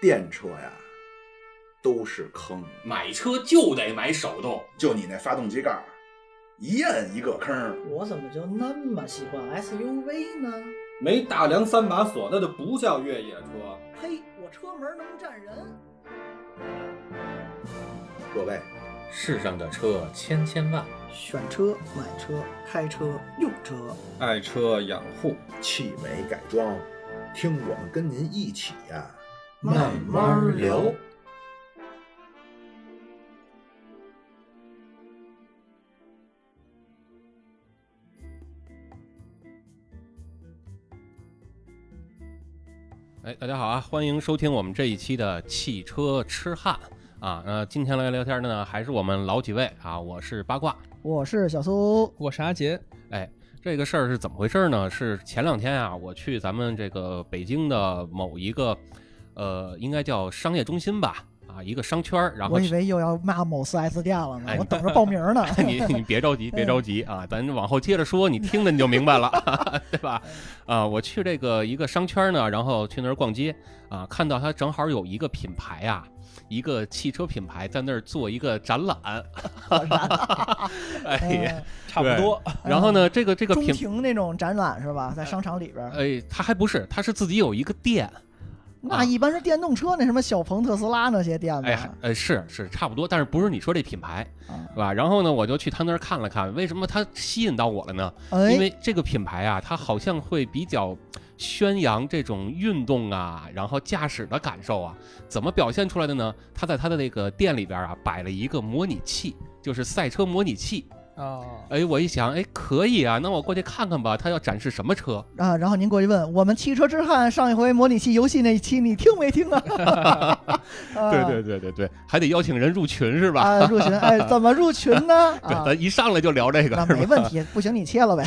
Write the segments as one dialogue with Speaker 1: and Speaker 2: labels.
Speaker 1: 电车呀，都是坑。
Speaker 2: 买车就得买手动，
Speaker 3: 就你那发动机盖儿，一摁一个坑儿。
Speaker 4: 我怎么就那么喜欢 SUV 呢？
Speaker 5: 没大梁三把锁，那就不叫越野车。
Speaker 4: 嘿，我车门能站人。
Speaker 1: 各位，
Speaker 6: 世上的车千千万，
Speaker 4: 选车、买车、开车、用车，
Speaker 5: 爱车养护，
Speaker 1: 汽美改装，听我们跟您一起呀，
Speaker 6: 慢慢聊。哎，大家好啊，欢迎收听我们这一期的汽车痴汉啊。那、今天来聊天的呢，还是我们老几位啊，我是八卦，
Speaker 4: 我是小苏，
Speaker 7: 我是阿杰，
Speaker 6: 哎，这个事儿是怎么回事呢？是前两天啊，我去咱们这个北京的某一个，呃，应该叫商业中心吧，啊，一个商圈儿，然后
Speaker 4: 我
Speaker 6: 去
Speaker 4: 以为又要骂某四 S 店了呢
Speaker 6: 哎，
Speaker 4: 我等着报名呢。
Speaker 6: 你你别着急，别着急啊，咱往后接着说，你听着你就明白了， 对吧？啊，我去这个一个商圈呢，然后去那儿逛街啊，看到它正好有一个品牌啊，一个汽车品牌在那儿做一个展览，哎，
Speaker 4: 嗯
Speaker 7: 差不多。
Speaker 6: 然后呢，这个这个
Speaker 4: 中
Speaker 6: 品。
Speaker 4: 庭那种展览是吧？在商场里边儿，
Speaker 6: 哎，它还不是，它是自己有一个店，
Speaker 4: 那一般是电动车那什么小鹏、特斯拉那些店
Speaker 6: 哎，还
Speaker 4: 吧。
Speaker 6: 呃，是是差不多，但是不是你说这品牌
Speaker 4: 啊
Speaker 6: 是吧？然后呢，我就去他那儿看了看，为什么它吸引到我了呢？因
Speaker 4: 哎，
Speaker 6: 为这个品牌啊，它好像会比较宣扬这种运动啊，然后驾驶的感受啊，怎么表现出来的呢？它在它的那个店里边啊，摆了一个模拟器，就是赛车模拟器。
Speaker 7: 哦，
Speaker 6: 哎，我一想，哎，可以啊，那我过去看看吧，它要展示什么车？
Speaker 4: 啊，然后您过去问我们汽车之汉上一回模拟器游戏那一期你听没听啊？对
Speaker 6: 对对对，还得邀请人入群是吧？
Speaker 4: 啊，入群哎，怎么入群呢？
Speaker 6: 对，
Speaker 4: 啊，
Speaker 6: 咱一上来就聊这个，
Speaker 4: 那
Speaker 6: 是吧
Speaker 4: 没问题，不行你切了呗。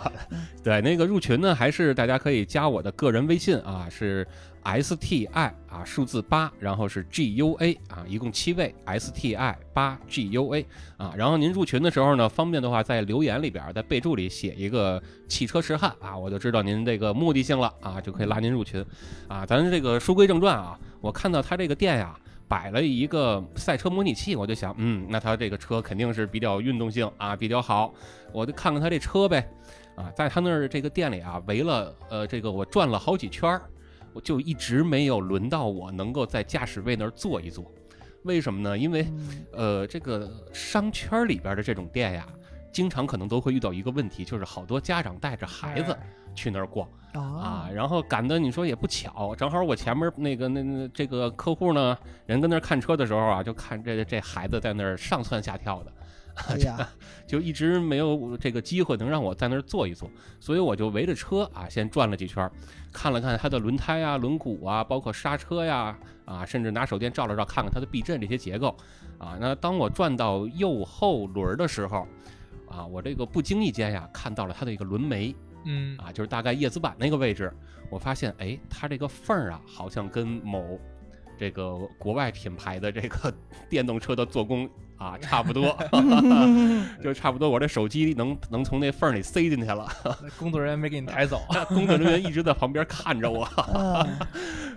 Speaker 6: 对，那个入群呢，还是大家可以加我的个人微信啊，是 S T I 啊，数字八，然后是 G U A 啊，一共七位 S T I 八 G U A 啊。然后您入群的时候呢，方便的话在留言里边儿，在备注里写一个“汽车痴汉”啊，我就知道您这个目的性了啊，就可以拉您入群啊。咱这个书归正传啊，我看到他这个店呀、摆了一个赛车模拟器，我就想，嗯，那他这个车肯定是比较运动性啊，比较好，我就看看他这车呗。啊，在他那儿这个店里啊，围了呃，这个我转了好几圈儿，我就一直没有轮到我能够在驾驶位那儿坐一坐。为什么呢？因为呃，这个商圈里边的这种店呀，经常可能都会遇到一个问题，就是好多家长带着孩子去那儿逛。
Speaker 4: 哦
Speaker 6: 啊，，然后赶的你说也不巧，正好我前面那个那那这个客户呢，人跟那儿看车的时候啊，就看这这孩子在那儿上蹿下跳的，
Speaker 4: 哎呀，
Speaker 6: 就一直没有呃这个机会能让我在那儿坐一坐，所以我就围着车啊先转了几圈儿，看了看它的轮胎啊、轮毂啊，包括刹车呀啊，甚至拿手电照了照，看看它的避震这些结构啊。那当我转到右后轮的时候，啊，我这个不经意间呀看到了它的一个轮眉，
Speaker 7: 嗯，
Speaker 6: 啊，就是大概叶子板那个位置，我发现哎，它这个缝儿啊，好像跟某这个国外品牌的这个 电动车的做工啊差不 多， 就差不多。我这手机能能从那缝儿里塞进去 了，
Speaker 7: 那工作人员没给你 抬走，
Speaker 6: 工作人员一直在旁边看着我，
Speaker 4: 嗯，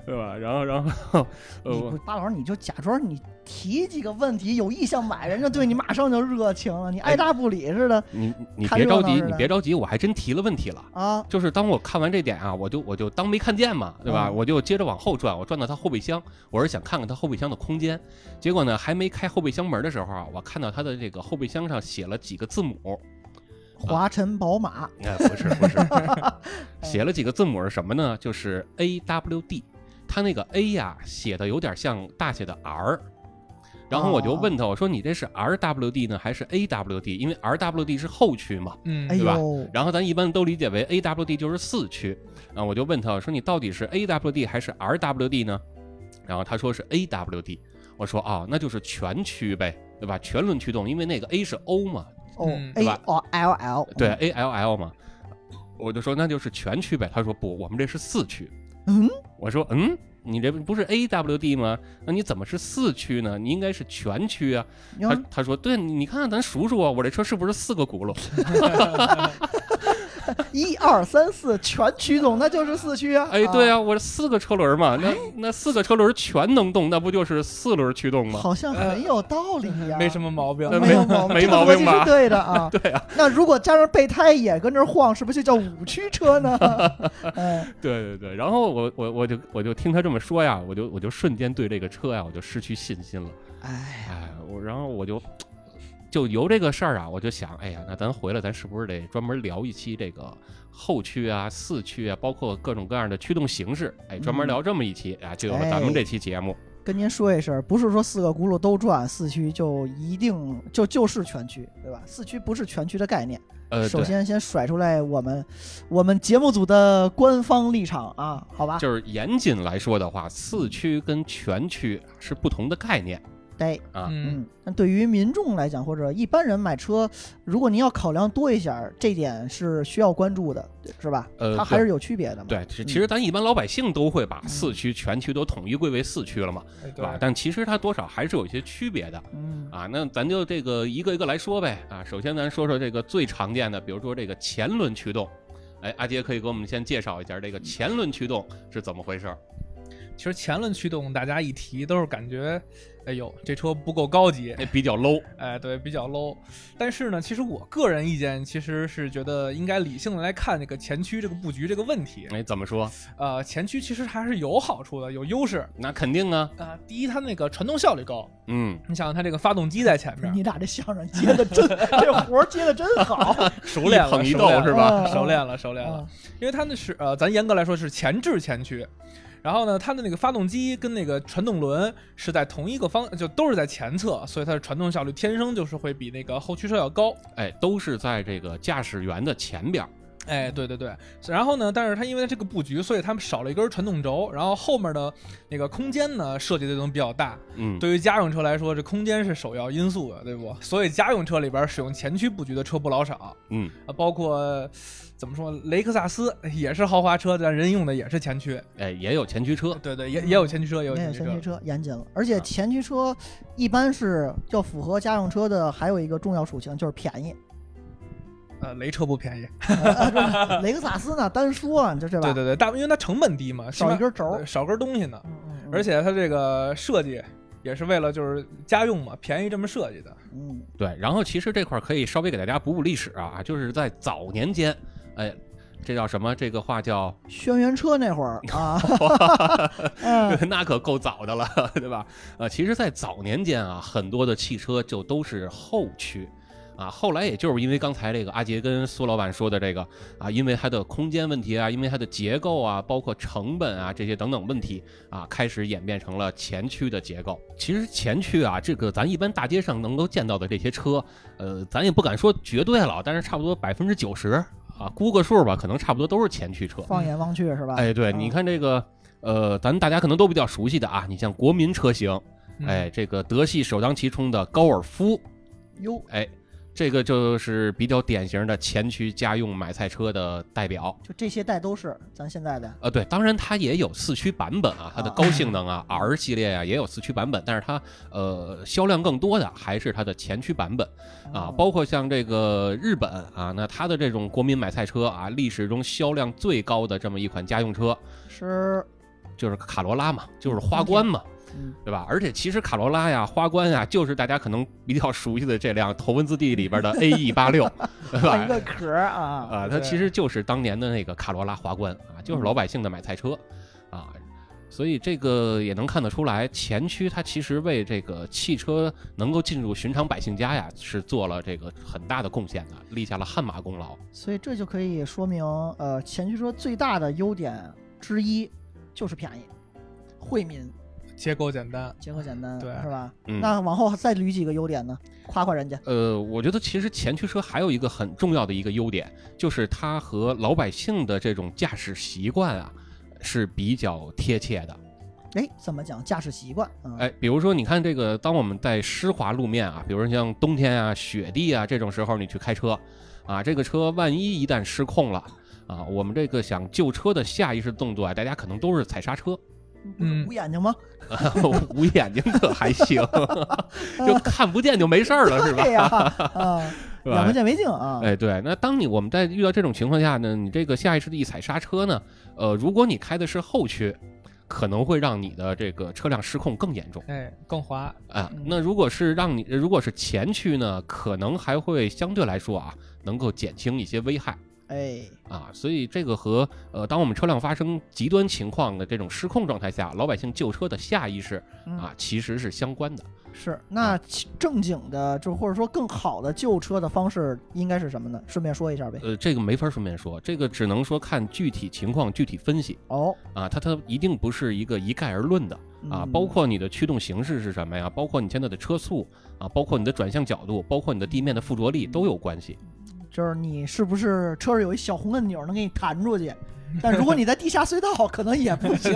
Speaker 6: 对吧？然后，然后， 呃，
Speaker 4: 你
Speaker 6: 我
Speaker 4: 不巴老师你就假装你提几个问题，有意向买，人家对你马上就热情了，你
Speaker 6: 哎
Speaker 4: 爱答不理似的
Speaker 6: 你你
Speaker 4: 看
Speaker 6: 别着
Speaker 4: 热闹
Speaker 6: 急，
Speaker 4: 似
Speaker 6: 你
Speaker 4: 的
Speaker 6: 别着急，我还真提了问题了。
Speaker 4: 啊。
Speaker 6: 就是当我看完这点啊，我就我就当没看见嘛，对吧？
Speaker 4: 嗯
Speaker 6: 我就接着往后转，我转到它后备箱，我是想看看它后备箱的空间。结果呢，还没开后备箱门的时候啊，我看到它的这个后备箱上写了几个字母，
Speaker 4: 华晨宝马，
Speaker 6: 哎，不是不是， 写了几个字母是什么呢？就是 A W D，它那个 A 呀、写的有点像大写的 R。然后我就问他，我说你这是 R W D 呢，还是 A W D？因为 R W D 是后驱嘛，
Speaker 7: 嗯
Speaker 4: 哎
Speaker 6: 对吧
Speaker 4: 呦，
Speaker 6: 然后咱一般都理解为 A W D 就是四驱啊，我就问他我说你到底是 A W D 还是 R W D 呢？然后他说是 A W D，我说啊、那就是全驱呗，对吧？全轮驱动，因为那个 A 是 O 嘛，
Speaker 4: 哦
Speaker 7: 嗯
Speaker 4: ，A
Speaker 6: 对吧
Speaker 4: O L L，嗯
Speaker 6: 对，A L L 嘛，我就说那就是全驱呗。他说不，我们这是四驱。
Speaker 4: 嗯，
Speaker 6: 我说嗯，你这不是 A W D 吗？那你怎么是四驱呢？你应该是全驱啊。
Speaker 4: 你
Speaker 6: 他
Speaker 4: 看
Speaker 6: 他说对，你看看咱数数啊，我这车是不是四个轱辘？
Speaker 4: 一二三四全驱动，那就是四驱 啊。
Speaker 6: 哎，对啊，我四个车轮嘛，那
Speaker 4: 哎
Speaker 6: 那四个车轮全能动，那不就是四轮驱动吗？
Speaker 4: 好像很有道理呀、
Speaker 7: 嗯没什么毛病
Speaker 6: 那。
Speaker 4: 没有毛病，
Speaker 6: 没
Speaker 4: 这个
Speaker 6: 毛
Speaker 4: 逻
Speaker 6: 病
Speaker 4: 辑
Speaker 6: 吧
Speaker 4: 是对的啊。
Speaker 6: 对啊，
Speaker 4: 那如果加上备胎也跟这儿晃，是不是就叫五驱 车呢？ 哎，
Speaker 6: 对对对。然后我我我就我就听他这么说呀，我就我就瞬间对这个车呀，我就失去信心了。
Speaker 4: 哎，
Speaker 6: 哎，我然后我就就由这个事儿啊，我就想，哎呀，那咱回来，咱是不是得专门聊一期这个后驱啊、四驱啊，包括各种各样的驱动形式？哎，专
Speaker 4: 嗯
Speaker 6: 门聊这么一期啊，就有
Speaker 4: 哎
Speaker 6: 了咱们这期节目。
Speaker 4: 跟您说一声，不是说四个轱辘都转，四驱就一定就就是全驱，对吧？四驱不是全驱的概念。
Speaker 6: 呃，
Speaker 4: 首
Speaker 6: 对，
Speaker 4: 先先甩出来我们 我们节目组的官方立场啊，好吧？
Speaker 6: 就是严谨来说的话，四驱跟全驱是不同的概念。
Speaker 4: 对，
Speaker 6: 啊
Speaker 7: 嗯，
Speaker 4: 嗯，那对于民众来讲，或者一般人买车，如果您要考量多一下儿，这点是需要关注的，是吧？
Speaker 6: 呃
Speaker 4: 它还是有区别的嘛。
Speaker 6: 对，其
Speaker 4: 嗯
Speaker 6: 其实咱一般老百姓都会把四驱、全驱都统一归为四驱了嘛，
Speaker 7: 哎
Speaker 6: 对吧？但其实它多少还是有一些区别的。
Speaker 4: 嗯，
Speaker 6: 啊，那咱就这个一个一个来说呗啊。首先，咱说说这个最常见的，比如说这个前轮驱动。哎，阿杰可以给我们先介绍一下这个前轮驱动是怎么回事儿？
Speaker 7: 其实前轮驱动大家一提都是感觉，哎呦，这车不够高级，
Speaker 6: 哎，比较 low。
Speaker 7: 哎，对，比较 low。但是呢，其实我个人意见其实是觉得应该理性的来看这个前驱这个布局这个问题。
Speaker 6: 哎，怎么说？
Speaker 7: 呃，前驱其实还是有好处的，有优势。
Speaker 6: 那肯定啊，
Speaker 7: 啊、第一，它那个传动效率高。
Speaker 6: 嗯，
Speaker 7: 你想，它这个发动机在前
Speaker 6: 啊
Speaker 7: 面，
Speaker 4: 你俩这相声接的真， 这活儿接的真好。
Speaker 7: 熟练
Speaker 6: 一
Speaker 7: 了，
Speaker 6: 捧一
Speaker 7: 熟
Speaker 6: 逗
Speaker 7: 练了
Speaker 6: 是
Speaker 4: 吧
Speaker 7: 熟练了，熟练了
Speaker 4: 啊。
Speaker 7: 因为它那是呃，咱严格来说是前置前驱，然后呢，它的那个发动机跟那个传动轮是在同一个方，就都是在前侧，所以它的传动效率天生就是会比那个后驱车要高。
Speaker 6: 哎，都是在这个驾驶员的前边儿。
Speaker 7: 哎，对对对，然后呢，但是它因为这个布局，所以它们少了一根传动轴，然后后面的那个空间呢设计的都比较大。
Speaker 6: 嗯，
Speaker 7: 对于家用车来说，这空间是首要因素的，对不？所以家用车里边使用前驱布局的车不老少。
Speaker 6: 嗯，
Speaker 7: 啊，包括呃怎么说，雷克萨斯也是豪华车，但人用的也是前驱，
Speaker 6: 哎，也有前驱车。
Speaker 7: 对对，也
Speaker 4: 嗯
Speaker 7: 也有前驱车，也有
Speaker 4: 那
Speaker 7: 前
Speaker 4: 个
Speaker 7: 驱
Speaker 4: 前驱
Speaker 7: 车。
Speaker 4: 车严谨了，而且前驱车一般是要符合家用车的，还有一个重要属性就是便宜。
Speaker 7: 呃，雷车不便宜，
Speaker 4: 呃雷克萨斯呢，单说啊，这对吧？
Speaker 7: 对对对，大因为它成本低嘛，
Speaker 4: 少一根轴
Speaker 7: 起码，呃少根东西呢，
Speaker 4: 嗯嗯嗯
Speaker 7: 而且它这个设计也是为了就是家用嘛，便宜这么设计的。
Speaker 4: 嗯，
Speaker 6: 对，然后其实这块儿可以稍微给大家补补历史啊，就是在早年间，哎，这叫什么？这个话叫
Speaker 4: 轩辕车那会儿啊，嗯
Speaker 6: 那可够早的了，对吧？呃，其实，在早年间啊，很多的汽车就都是后驱。啊，后来也就是因为刚才这个阿杰跟苏老板说的这个啊，因为它的空间问题啊，因为它的结构啊，包括成本啊这些等等问题啊，开始演变成了前驱的结构。其实前驱啊，这个咱一般大街上能够见到的这些车，呃，咱也不敢说绝对了，但是差不多百分之九十啊，估个数吧，可能差不多都是前驱车。
Speaker 4: 放眼望去是吧？
Speaker 6: 哎，对，
Speaker 4: 嗯
Speaker 6: 你看这个，呃，咱大家可能都比较熟悉的啊，你像国民车型，
Speaker 7: 嗯
Speaker 6: 哎，，这个德系首当其冲的高尔夫，
Speaker 4: 哟，
Speaker 6: 哎，这个就是比较典型的前驱家用买菜车的代表。
Speaker 4: 就这些代都是咱现在的，
Speaker 6: 呃，对，当然它也有四驱版本啊，它
Speaker 4: 哦
Speaker 6: 的高性能啊 R 系列啊也有四驱版本，但是它呃销量更多的还是它的前驱版本啊，
Speaker 4: 哦嗯
Speaker 6: 包括像这个日本啊，那它的这种国民买菜车啊，历史中销量最高的这么一款家用车，
Speaker 4: 是，
Speaker 6: 就是卡罗拉嘛，就是花冠嘛，
Speaker 4: 嗯
Speaker 6: 对吧？而且其实卡罗拉呀、花冠呀，就是大家可能比较熟悉的这辆头文字 D 里边的 AE 八 六，对
Speaker 4: 换一
Speaker 6: 吧
Speaker 4: 个？壳儿啊，
Speaker 6: 啊，它其实就是当年的那个卡罗拉花冠啊，就是老百姓的买菜车啊。所以这个也能看得出来，前驱它其实为这个汽车能够进入寻常百姓家呀，是做了这个很大的贡献的，立下了汗马功劳。
Speaker 4: 所以这就可以说明，呃，前驱车最大的优点之一就是便宜，惠民，
Speaker 7: 结构简单，
Speaker 4: 结合简单，
Speaker 7: 对
Speaker 4: 是吧？
Speaker 6: 嗯
Speaker 4: 那往后再捋几个优点呢，夸夸人家，
Speaker 6: 呃，我觉得其实前驱车还有一个很重要的一个优点，就是它和老百姓的这种驾驶习惯啊是比较贴切的。
Speaker 4: 哎，怎么讲驾驶习惯？嗯、
Speaker 6: 哎，比如说你看这个，当我们在湿滑路面啊，比如像冬天啊、雪地啊这种时候，你去开车啊，这个车万一一旦失控了。啊，我们这个想救车的下意识动作啊，大家可能都是踩刹车，
Speaker 4: 不是
Speaker 7: 嗯
Speaker 4: 捂眼睛吗？
Speaker 6: 捂 呃眼睛可还行，就看不见就没事儿了，是吧？
Speaker 4: 对呀，啊，
Speaker 6: 是
Speaker 4: 两块
Speaker 6: 吧？
Speaker 4: 钱没进啊。
Speaker 6: 哎，对，那当你我们在遇到这种情况下呢，你这个下意识的一踩刹车呢，呃，如果你开的是后驱，可能会让你的这个车辆失控更严重。
Speaker 7: 哎，更滑，
Speaker 6: 啊
Speaker 4: 嗯，
Speaker 6: 那如果是让你，如果是前驱呢，可能还会相对来说啊，能够减轻一些危害
Speaker 4: 哎，
Speaker 6: 啊。所以这个和呃，当我们车辆发生极端情况的这种失控状态下，老百姓救车的下意识
Speaker 4: 嗯
Speaker 6: 啊，其实是相关的。
Speaker 4: 是，那其正经的，就或者说更好的救车的方式应该是什么呢？顺便说一下呗。
Speaker 6: 呃，这个没法顺便说，这个只能说看具体情况具体分析
Speaker 4: 哦，
Speaker 6: 啊，它它一定不是一个一概而论的。啊，
Speaker 4: 嗯
Speaker 6: 包括你的驱动形式是什么呀？包括你现在的车速啊，包括你的转向角度，包括你的地面的附着力都有关系。
Speaker 4: 就是你是不是车上有一小红按钮能给你弹出 去？但如果你在地下隧道，可能也 不行，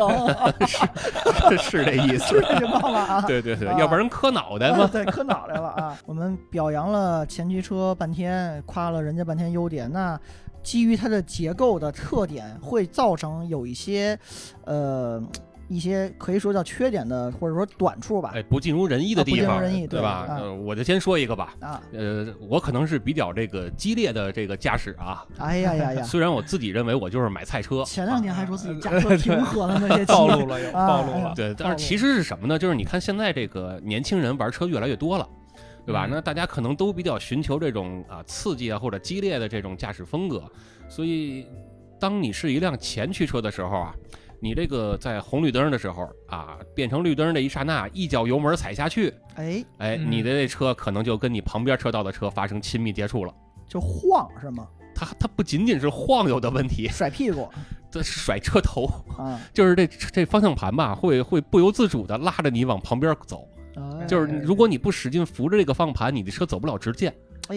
Speaker 6: 是这意思
Speaker 4: 是这情况吧？啊，
Speaker 6: 对对对，
Speaker 4: 啊
Speaker 6: 要不然磕脑袋
Speaker 4: 哎
Speaker 6: 嘛。
Speaker 4: 对，磕脑袋了啊！我们表扬了前驱车半天，夸了人家半天优点，那基于它的结构的特点，会造成有一些，呃，一些可以说叫缺点的，或者说短处吧。
Speaker 6: 哎，不尽如人意的地
Speaker 4: 啊
Speaker 6: 方，
Speaker 4: 不尽如人意对
Speaker 6: 对吧？
Speaker 4: 啊
Speaker 6: 呃，我就先说一个吧。
Speaker 4: 啊，
Speaker 6: 呃，我可能是比较这个激烈的这个驾驶啊，
Speaker 4: 哎呀呀呀！
Speaker 6: 虽然我自己认为我就是买菜车，
Speaker 4: 前两天还说自己驾
Speaker 7: 啊
Speaker 4: 车平和了呢，这期
Speaker 7: 暴露了又
Speaker 4: 啊
Speaker 7: 暴露
Speaker 4: 哎呀
Speaker 7: 了
Speaker 6: 啊。对，但
Speaker 4: 道
Speaker 6: 是
Speaker 4: 路
Speaker 6: 其实是什么呢？就是你看现在这个年轻人玩车越来越多了。对吧？
Speaker 7: 嗯
Speaker 6: 那大家可能都比较寻求这种啊刺激啊或者激烈的这种驾驶风格，所以当你是一辆前驱车的时候啊，你这个在红绿灯的时候啊，变成绿灯的一刹那，一脚油门踩下去，
Speaker 4: 哎，
Speaker 6: 哎，
Speaker 7: 嗯
Speaker 6: 你的这车可能就跟你旁边车道的车发生亲密接触了。
Speaker 4: 就晃是吗？
Speaker 6: 它它不仅仅是晃悠的问题，
Speaker 4: 甩屁股
Speaker 6: 这是甩车头，
Speaker 4: 啊，
Speaker 6: 就是这这方向盘吧，会会不由自主的拉着你往旁边走。
Speaker 4: 哎
Speaker 6: 就是如果你不使劲扶着这个方向盘，你的车走不了直线。
Speaker 4: 哎，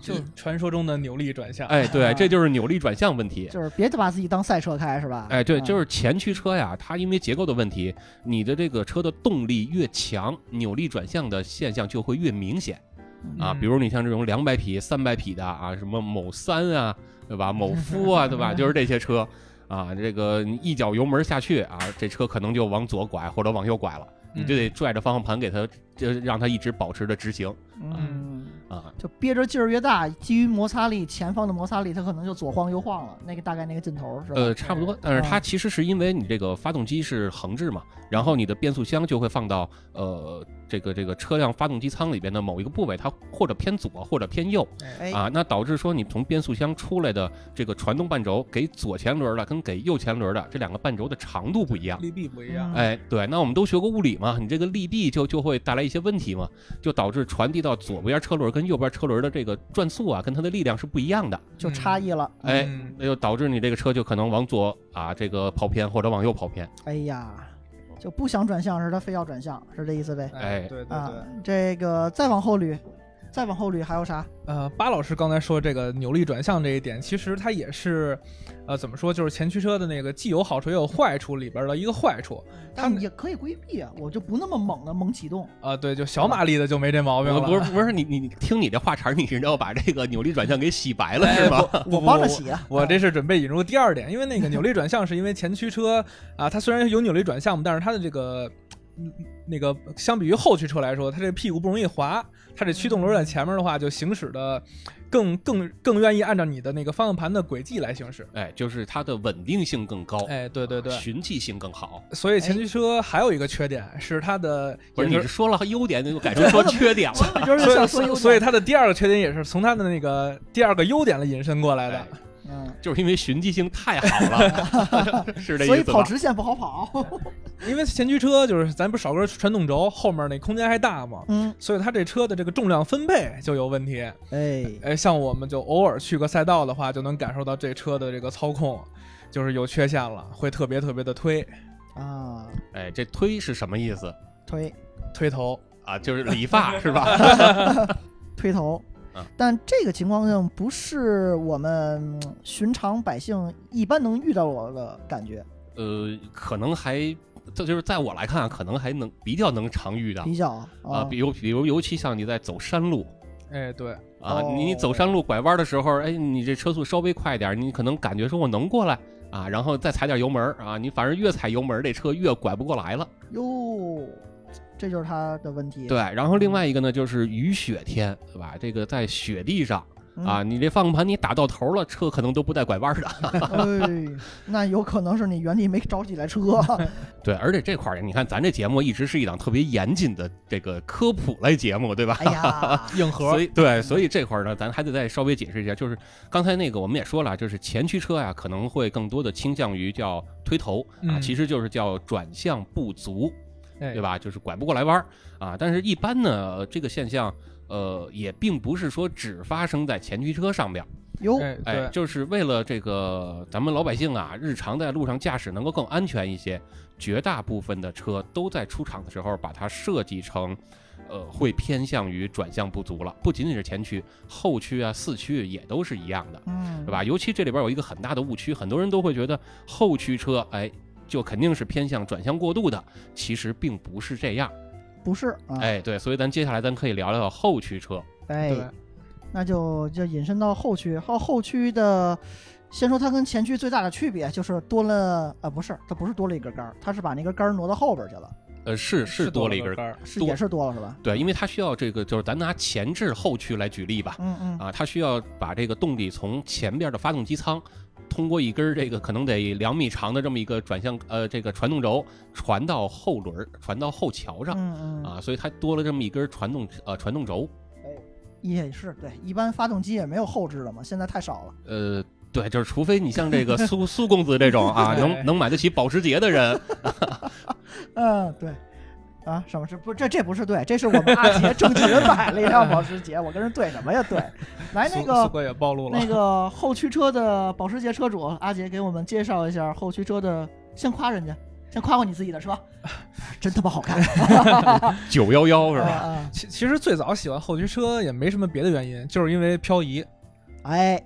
Speaker 7: 就传说中的扭力转向，
Speaker 6: 哎， 对，这就是扭力转向问题。
Speaker 4: 就是别把自己当赛车开是吧？
Speaker 6: 哎，对，
Speaker 4: 嗯
Speaker 6: 就是前驱车呀，它因为结构的问题，你的这个车的动力越强，扭力转向的现象就会越明显。啊，
Speaker 7: 嗯
Speaker 6: 比如你像这种两百匹、三百匹的啊，什么某三啊，对吧？某夫啊， 对吧？就是这些车啊，这个你一脚油门下去啊，这车可能就往左拐或者往右拐了，你
Speaker 7: 嗯
Speaker 4: 嗯
Speaker 6: 就得拽着方向盘给它，就让它一直保持着直行
Speaker 4: 嗯。
Speaker 6: 啊。
Speaker 4: 就憋着劲儿越大，基于摩擦力，前方的摩擦力，它可能就左晃右晃了，那个大概那个劲头是吧？
Speaker 6: 呃，差不多，但是
Speaker 4: 啊
Speaker 6: 它其实是因为你这个发动机是横置嘛，然后你的变速箱就会放到呃这个这个车辆发动机舱里边的某一个部位，它或者偏左或者偏右，
Speaker 4: 哎，
Speaker 6: 啊，那导致说你从变速箱出来的这个传动半轴给左前轮的跟给右前轮的这两个半轴的长度不一样。
Speaker 7: 力臂不一样
Speaker 4: 嗯。
Speaker 6: 哎，对，那我们都学过物理嘛，你这个力臂就就会带来一些问题嘛，就导致传递到左边车轮跟右边车轮的这个转速啊，跟它的力量是不一样的。
Speaker 4: 就差异了。
Speaker 6: 哎
Speaker 7: 嗯，
Speaker 6: 那就导致你这个车就可能往左啊这个跑偏或者往右跑偏。
Speaker 4: 哎呀，就不想转向，是它非要转向，是这意思呗？
Speaker 6: 哎
Speaker 7: 对对
Speaker 4: 啊
Speaker 7: 对，，
Speaker 4: 这个再往后捋，再往后捋还有啥？
Speaker 7: 呃，巴老师刚才说这个扭力转向这一点，其实它也是，呃，怎么说，就是前驱车的那个既有好处也有坏处里边的一个坏处。它
Speaker 4: 但也可以规避啊，我就不那么猛的猛启 动。
Speaker 7: 啊、对，就小马力的就没这毛病了。
Speaker 6: 不是 不是，你你你听你这话茬儿，你是要把这个扭力转向给洗白了是吗？
Speaker 7: 不，
Speaker 4: 帮着洗啊
Speaker 7: 我 我这是准备引入第二点，因为那个扭力转向是因为前驱车啊，它虽然有扭力转向，但是它的这个。嗯那个相比于后驱车来说，它这屁股不容易滑，它这驱动轮在前面的话，就行驶的更更更愿意按照你的那个方向盘的轨迹来行驶。
Speaker 6: 哎，就是它的稳定性更高，
Speaker 7: 哎，对对对，
Speaker 6: 循迹性更好。
Speaker 7: 所以前驱车还有一个缺点是它的，
Speaker 6: 不是，
Speaker 7: 也
Speaker 6: 你是说了优点，你就改成说缺点
Speaker 4: 我
Speaker 6: 了。
Speaker 4: 怎么觉得
Speaker 7: 所
Speaker 4: 想说优
Speaker 7: 以所以
Speaker 4: 点
Speaker 7: 所以它的第二个缺点也是从它的那个第二个优点来引申过来的
Speaker 6: 哎。
Speaker 4: 嗯，
Speaker 6: 就是因为循迹性太好了，是这
Speaker 4: 所以
Speaker 6: 意思
Speaker 4: 跑
Speaker 6: 吧？
Speaker 4: 直线不好 跑。
Speaker 7: 因为前驱车就是咱不少根传动轴，后面那空间还大嘛，
Speaker 4: 嗯，
Speaker 7: 所以它这车的这个重量分配就有问题。
Speaker 4: 哎，
Speaker 7: 哎，像我们就偶尔去个赛道的话，就能感受到这车的这个操控就是有缺陷了，会特别特别的推
Speaker 4: 啊，
Speaker 6: 哎，这推是什么意思
Speaker 4: 推
Speaker 7: 推头。
Speaker 6: 啊？就是理发是吧？
Speaker 4: 推头
Speaker 6: 嗯。
Speaker 4: 但这个情况下不是我们嗯寻常百姓一般能遇到我的感觉，
Speaker 6: 呃，可能还，这就是在我来看啊，可能还能比较能常遇到
Speaker 4: 比较啊，
Speaker 6: 啊，比如比如尤其像你在走山路。
Speaker 7: 哎，对，
Speaker 6: 啊，
Speaker 4: 哦
Speaker 6: 你走山路拐弯的时候，哎，你这车速稍微快点儿，你可能感觉说我能过来啊，然后再踩点油门儿啊，你反正越踩油门儿，这车越拐不过来了。
Speaker 4: 哟，这就是它的问题。
Speaker 6: 对，然后另外一个呢就是雨雪天，对吧？这个在雪地上
Speaker 4: 嗯
Speaker 6: 啊， 你这方向盘你打到头了，车可能都不带拐弯 的。
Speaker 4: 哎，那有可能是你原地没找起来 车。
Speaker 6: 对，而且这块儿你看，咱这节目一直是一档特别严谨的这个科普类节目，对吧？
Speaker 4: 哎呀，
Speaker 7: 硬核
Speaker 6: 所以
Speaker 7: 嗯
Speaker 6: 对，所以这块儿呢，咱还得再稍微解释一下，就是刚才那个我们也说了，啊就是前驱车呀、可能会更多的倾向于叫推头啊，
Speaker 7: 嗯
Speaker 6: 其实就是叫转向不足，
Speaker 7: 哎
Speaker 6: 对吧？就是拐不过来弯儿啊。但是，一般呢，这个现象，呃，也并不是说只发生在前驱车上面。
Speaker 4: 哟，
Speaker 7: 哎
Speaker 6: 哎，
Speaker 7: 对，
Speaker 6: 就是为了这个咱们老百姓啊，日常在路上驾驶能够更安全一些，绝大部分的车都在出厂的时候把它设计成，呃，会偏向于转向不足了。不仅仅是前驱，后驱啊、四驱也都是一样的，
Speaker 4: 嗯，
Speaker 6: 对？吧？尤其这里边有一个很大的误区，很多人都会觉得后驱车，哎。就肯定是偏向转向过度的，其实并不是这样。
Speaker 4: 不是啊，
Speaker 6: 哎，对，所以咱接下来咱可以聊聊后驱车。
Speaker 4: 哎
Speaker 7: 对，
Speaker 4: 那就就引申到后驱，后后驱的，先说它跟前驱最大的区别就是多了啊、不是，它不是多了一根杆儿，它是把那根杆儿挪到后边去了，
Speaker 6: 呃，是是多了一根
Speaker 7: 杆儿，
Speaker 4: 是
Speaker 6: 多
Speaker 4: 也是多了是吧？
Speaker 6: 对，因为它需要这个，就是咱拿前置后驱来举例吧，
Speaker 4: 嗯嗯，
Speaker 6: 啊，它需要把这个动力从前边的发动机舱，通过一根儿这个可能得两米长的这么一个转向呃这个传动轴传到后轮儿，传到后桥上
Speaker 4: 嗯嗯，
Speaker 6: 啊，所以它多了这么一根儿传动呃传动轴，
Speaker 4: 嗯也是对，一般发动机也没有后置的嘛，现在太少了。
Speaker 6: 呃。对，就是除非你像这个 苏苏公子这种啊，能能买得起保时捷的人，
Speaker 4: 嗯，对。啊，什么是不？这这不是对，这是我们阿杰正经人买了一辆保时捷，我跟人对什么呀？对，来哎那
Speaker 7: 苏
Speaker 4: 个
Speaker 7: 苏哥也暴露了
Speaker 4: 那，个后驱车的保时捷车主阿杰给我们介绍一下后驱车的，先夸人家，先夸夸你自己 的车，真他妈好看，
Speaker 6: 九幺幺是
Speaker 4: 啊
Speaker 6: 吧？
Speaker 4: 啊
Speaker 7: 其其实最早喜欢后驱车也没什么别的原因，就是因为漂移。
Speaker 4: 哎，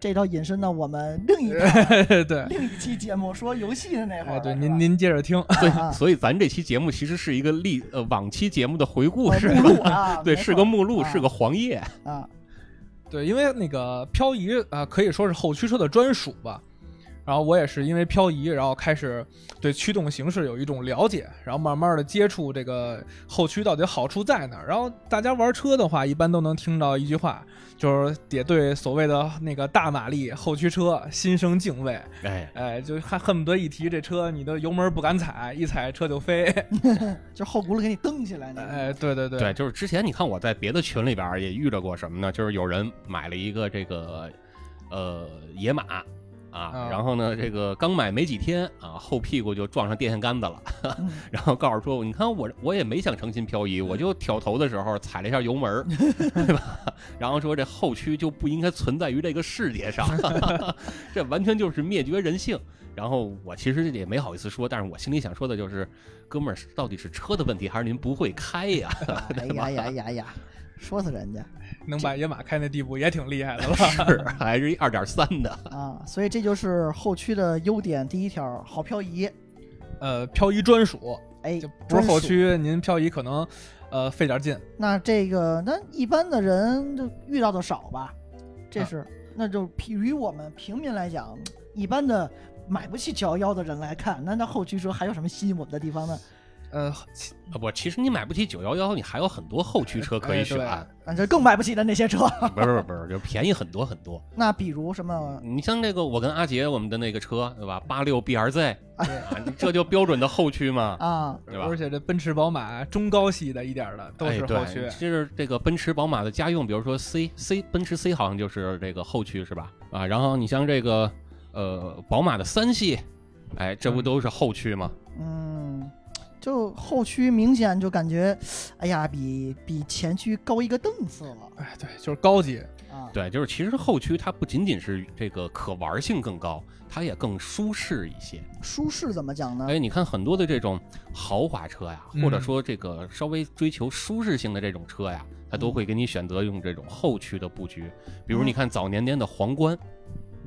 Speaker 4: 这倒引申到我们 另一个
Speaker 7: 对，
Speaker 4: 另一期节目说游戏的那会儿
Speaker 7: 哎，
Speaker 4: 了，
Speaker 7: 对，
Speaker 4: 是
Speaker 7: 您
Speaker 4: 吧
Speaker 7: 您接着听，
Speaker 6: 所
Speaker 4: 啊
Speaker 6: 以所以咱这期节目其实是一个历呃往期节目的回顾
Speaker 4: 呃
Speaker 6: 是
Speaker 4: 目录
Speaker 6: 吧？
Speaker 4: 啊，
Speaker 6: 对，
Speaker 4: 没
Speaker 6: 是
Speaker 4: 错
Speaker 6: 个目录，
Speaker 4: 啊
Speaker 6: 是个黄页。
Speaker 4: 啊，
Speaker 7: 对，因为那个漂移啊、可以说是后驱车的专属吧。然后我也是因为漂移，然后开始对驱动形式有一种了解，然后慢慢的接触这个后驱到底好处在哪儿。然后大家玩车的话，一般都能听到一句话，就是也对所谓的那个大马力后驱车心生敬畏。
Speaker 6: 哎，
Speaker 7: 哎，就还恨不得一提这车，你的油门不敢踩，一踩车就飞。
Speaker 4: 就后轱辘给你蹬起来那个，
Speaker 7: 哎，对对对，
Speaker 6: 对，就是之前你看我在别的群里边儿也遇着过什么呢？就是有人买了一个这个呃野马啊
Speaker 7: 啊，
Speaker 6: 然后呢这个刚买没几天啊，后屁股就撞上电线杆子了，
Speaker 4: 嗯
Speaker 6: 然后告诉说，你看我我也没想诚心漂移，我就挑头的时候踩了一下油门儿， 对吧？然后说这后驱就不应该存在于这个世界上， 这完全就是灭绝人性。然后我其实也没好意思说，但是我心里想说的就是，哥们儿，到底是车的问题还是您不会开呀？
Speaker 4: 哎呀呀呀呀，说死人家
Speaker 7: 能把野马开那地步也挺厉害的了。
Speaker 6: 是，还是一二点三的。
Speaker 4: 啊，所以这就是后驱的优点，第一条好漂移，
Speaker 7: 呃，漂移专属，
Speaker 4: 哎，
Speaker 7: 就不是后
Speaker 4: 专属
Speaker 7: 驱，您漂移可能呃费点劲。
Speaker 4: 那这个那一般的人就遇到的少吧，这是、那就比于我们平民来讲，一般的买不起9 1 1的人来看，那那后驱车还有什么吸引我们的地方呢？
Speaker 7: 呃，
Speaker 6: 啊不，其实你买不起九幺幺，你还有很多后驱车可以选。啊
Speaker 7: 哎
Speaker 4: 那啊就更买不起的那些车，
Speaker 6: 不是不是不是，就是便宜很多很多。
Speaker 4: 那比如什么
Speaker 6: 你像这个，我跟阿杰我们的那个车，对吧？八六 BRZ，啊 你这就标准的后驱嘛，
Speaker 4: 啊，
Speaker 6: 对吧？
Speaker 7: 而且这奔驰、宝马中高系的一点儿的都
Speaker 6: 哎
Speaker 7: 是
Speaker 6: 对
Speaker 7: 后驱，
Speaker 6: 就是这个奔驰、宝马的家用，比如说 C C，奔驰 C 好像就是这个后驱是吧？啊，然后你像这个呃宝马的三系，哎，这不都是后驱吗？
Speaker 4: 嗯，就后驱明显就感觉，哎呀，比比前驱高一个档次了
Speaker 7: 哎，对，就是高级。
Speaker 4: 啊，
Speaker 6: 对，就是其实后驱它不仅仅是这个可玩性更高，它也更舒适一些。
Speaker 4: 舒适怎么讲呢？
Speaker 6: 哎，你看很多的这种豪华车呀，
Speaker 7: 嗯
Speaker 6: 或者说这个稍微追求舒适性的这种车呀，它都会给你选择用这种后驱的布局。比如你看早年间的皇冠，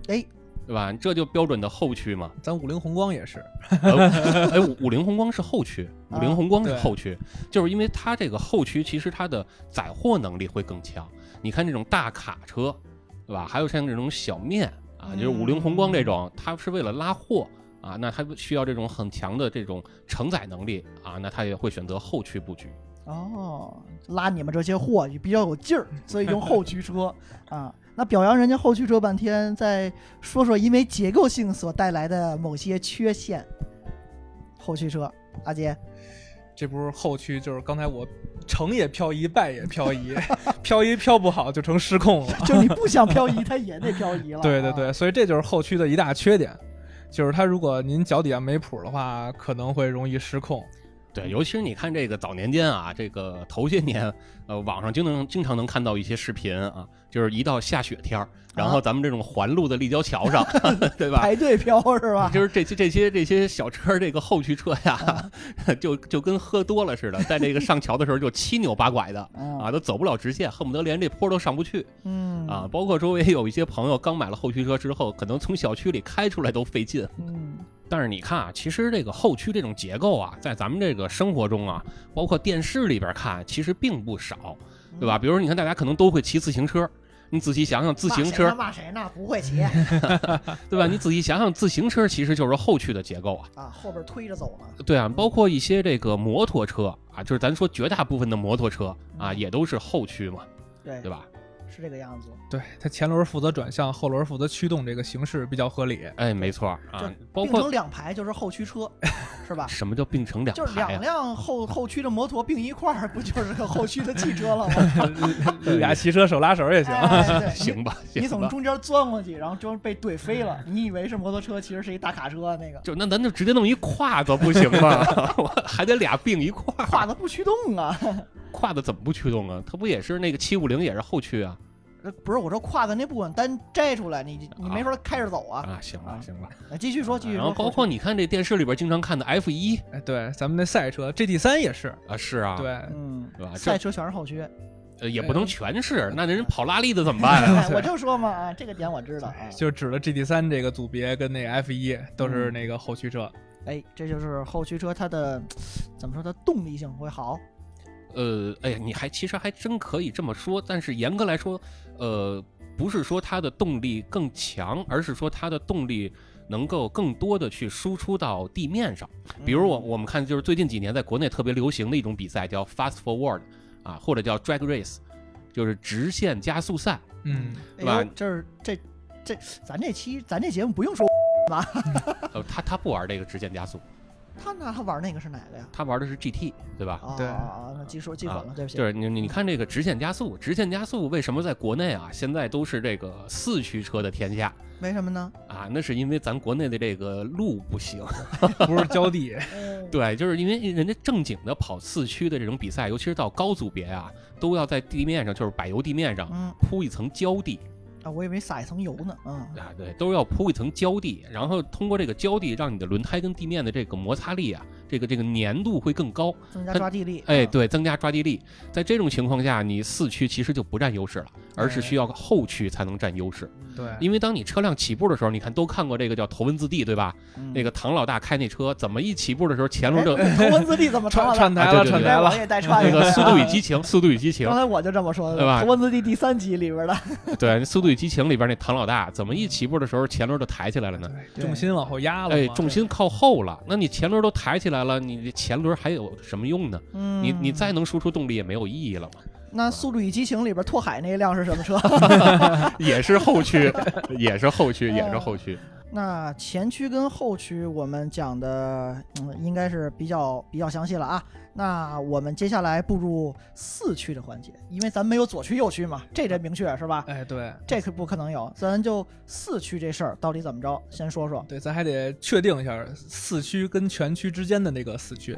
Speaker 4: 哎，
Speaker 6: 对吧？这就标准的后驱嘛。
Speaker 7: 咱五菱宏光也是，
Speaker 6: 呃哎，五五菱宏光是后驱，五菱宏光是
Speaker 7: 啊对
Speaker 6: 后驱，就是因为它这个后驱其实它的载货能力会更强。你看这种大卡
Speaker 7: 嗯
Speaker 6: 车，对吧？还有像这种小面啊，就是五菱宏光这种，它是为了拉货啊，那它需要这种很强的这种承载能力啊，那它也会选择后驱布局。
Speaker 4: 哦，拉你们这些货也比较有劲儿，所以用后驱车啊。那表扬人家后驱车半天，再说说因为结构性所带来的某些缺陷。后驱车，阿杰，
Speaker 7: 这不是后驱，就是刚才我成也漂移，败也漂 移，漂移漂不好就成失控了。
Speaker 4: 就你不想漂移，它也得漂移了。
Speaker 7: 对对
Speaker 4: 啊，
Speaker 7: 对，所以这就是后驱的一大缺点，就是它如果您脚底下没谱的话，可能会容易失控。
Speaker 6: 对，尤其是你看这个早年间啊，这个头些年，呃，网上经常经常能看到一些视频啊，就是一到下雪天儿，然
Speaker 7: 啊
Speaker 6: 后咱们这种环路的立交桥上， 对吧？
Speaker 4: 排队漂是 吧？
Speaker 6: 就是这些这些这些小车，这个后驱车呀， 就就跟喝多了似的，在这个上桥的时候就七扭八拐的
Speaker 4: 嗯
Speaker 6: 啊，都走不了直线，恨不得连这坡都上不去
Speaker 4: 嗯
Speaker 6: 啊。包括周围有一些朋友刚买了后驱车之后，可能从小区里开出来都费劲。
Speaker 4: 嗯
Speaker 6: 但是你看啊，其实这个后驱这种结构啊，在咱们这个生活中啊，包括电视里边看，其实并不少，对吧？比如说，你看大家可能都会骑自行车，你仔细想想，自行车，
Speaker 4: 骂谁呢？骂谁呢不会骑
Speaker 6: 对吧？你仔细想想，自行车其实就是后驱的结构啊。
Speaker 4: 啊，后边推着走呢。
Speaker 6: 对啊，包括一些这个摩托车啊，就是咱说绝大部分的摩托车啊，
Speaker 4: 嗯
Speaker 6: 也都是后驱嘛，
Speaker 4: 对
Speaker 6: 对吧？
Speaker 4: 是这个样子。
Speaker 7: 对，它前轮负责转向，后轮负责驱动，这个形式比较合理。
Speaker 6: 哎，没错儿啊
Speaker 4: 这，
Speaker 6: 包
Speaker 4: 并成
Speaker 6: 括
Speaker 4: 两排就是后驱 车，是吧？
Speaker 6: 什么叫并成两
Speaker 4: 就是
Speaker 6: 排
Speaker 4: 两
Speaker 6: 啊？
Speaker 4: 辆后后驱的摩托并一块儿，不就是个后驱的汽车了吗？
Speaker 7: 俩骑车手拉手也行。
Speaker 4: 哎、 对
Speaker 6: 行吧，
Speaker 4: 你，你
Speaker 6: 行
Speaker 4: 从
Speaker 6: 吧。
Speaker 4: 中间钻过去，然后就被怼飞了。你以为是摩托车，其实是一大卡车，啊那个
Speaker 6: 就那咱就直接弄一胯子不行吗？ 我还得俩并一块儿，
Speaker 4: 跨的不驱动啊！
Speaker 6: 胯子怎么不驱动啊？它不也是那个七五零也是后驱啊？
Speaker 4: 呃不是我说跨的那部分单摘出来，你你没法开着走啊！
Speaker 6: 啊，行吧，行吧。
Speaker 4: 继续说，继续
Speaker 6: 然
Speaker 4: 说。
Speaker 6: 后包括你看这电视里边经常看的 F 一
Speaker 7: 哎，对，咱们那赛车 GT 三也是，
Speaker 6: 啊，是啊，，
Speaker 7: 对，
Speaker 4: 后驱，嗯，
Speaker 6: 对吧？
Speaker 4: 赛
Speaker 6: 这
Speaker 4: 车全是后驱。
Speaker 6: 呃也不能全是，那人跑拉力的怎么办啊？
Speaker 4: 哎 我就说嘛，啊，这个点我知道啊。
Speaker 7: 就指了 GT 三这个组别跟那 F 一都是
Speaker 4: 嗯
Speaker 7: 那个后驱车。
Speaker 4: 哎，这就是后驱车它的怎么说，它动力性会好。
Speaker 6: 呃，哎呀，你还其实还真可以这么说，但是严格来说，呃，不是说它的动力更强，而是说它的动力能够更多的去输出到地面上。比如我
Speaker 4: 嗯
Speaker 6: 我们看，就是最近几年在国内特别流行的一种比赛叫 Fast Forward 啊，或者叫 Drag Race，就是直线加速赛。
Speaker 7: 嗯，
Speaker 4: 哎
Speaker 6: 对吧
Speaker 4: 呦，这是这这，咱这期咱这节目不用说，
Speaker 6: 呃，他他不玩这个直线加速，
Speaker 4: 他那他玩那个是哪个呀？
Speaker 6: 他玩的是 GT，对吧？
Speaker 4: 哦，
Speaker 7: 对
Speaker 4: 哦那记说记混了，对不起。
Speaker 6: 就是你你看这个直线加速，直线加速为什么在国内啊现在都是这个四驱车的天下？
Speaker 4: 为什么呢？
Speaker 6: 啊，那是因为咱国内的这个路不行。
Speaker 7: 嗯不是 浇地，
Speaker 6: 对，就是因为人家正经的跑四驱的这种比赛，尤其是到高组别啊，都要在地面上，就是柏油地面上
Speaker 4: 嗯
Speaker 6: 铺一层胶地
Speaker 4: 啊，我以为撒一层油呢。嗯，
Speaker 6: 啊，对，都要铺一层胶地，然后通过这个胶地，让你的轮胎跟地面的这个摩擦力啊，这个这个粘度会更高，
Speaker 4: 增加
Speaker 6: 它
Speaker 4: 抓地力。
Speaker 6: 哎，
Speaker 4: 嗯，
Speaker 6: 对，增加抓地力。在这种情况下，你四驱其实就不占优势了，而是需要后驱才能占优势。
Speaker 4: 嗯
Speaker 7: 对，
Speaker 6: 因为当你车辆起步的时候，你看都看过这个叫头文字 D，对吧？
Speaker 4: 嗯
Speaker 6: 那个唐老大开那车，怎么一起步的时候前轮就
Speaker 4: 哎头文字 D 怎么
Speaker 7: 串
Speaker 4: 了？
Speaker 7: 串台
Speaker 6: 啊
Speaker 7: 了，
Speaker 6: 对对
Speaker 7: 串
Speaker 6: 对嗯
Speaker 7: 台
Speaker 4: 我
Speaker 7: 了。
Speaker 4: 也带串
Speaker 6: 那
Speaker 4: 一
Speaker 6: 个《速度与激
Speaker 4: 情
Speaker 6: 情》，《速度与激》情
Speaker 4: 刚》才我就这么说
Speaker 6: 对
Speaker 4: 的，
Speaker 6: 吧
Speaker 4: 头文字 D 第三集里边的。
Speaker 6: 对，《速度与激情》里边那唐老大怎么一起步的时候前轮就抬起来了呢？
Speaker 4: 对
Speaker 7: 重心往后压了嘛，
Speaker 6: 哎，重心靠后了，那你前轮都抬起来了，你这前轮还有什么用呢？
Speaker 4: 嗯，
Speaker 6: 你你再能输出动力也没有意义了嘛，
Speaker 4: 那《速度与激情》里边拓海那一辆是什么车？
Speaker 6: 也是后 驱，也是后驱，也是后驱。
Speaker 4: 那前驱跟后驱我们讲的，嗯，应该是比较比较详细了啊。那我们接下来步入四驱的环节，因为咱没有左驱右驱嘛，这真明确是吧？
Speaker 7: 哎，对
Speaker 4: 这可不可能有？咱就四驱这事儿到底怎么着，先说说
Speaker 7: 对，咱还得确定一下四驱跟全驱之间的那个四驱。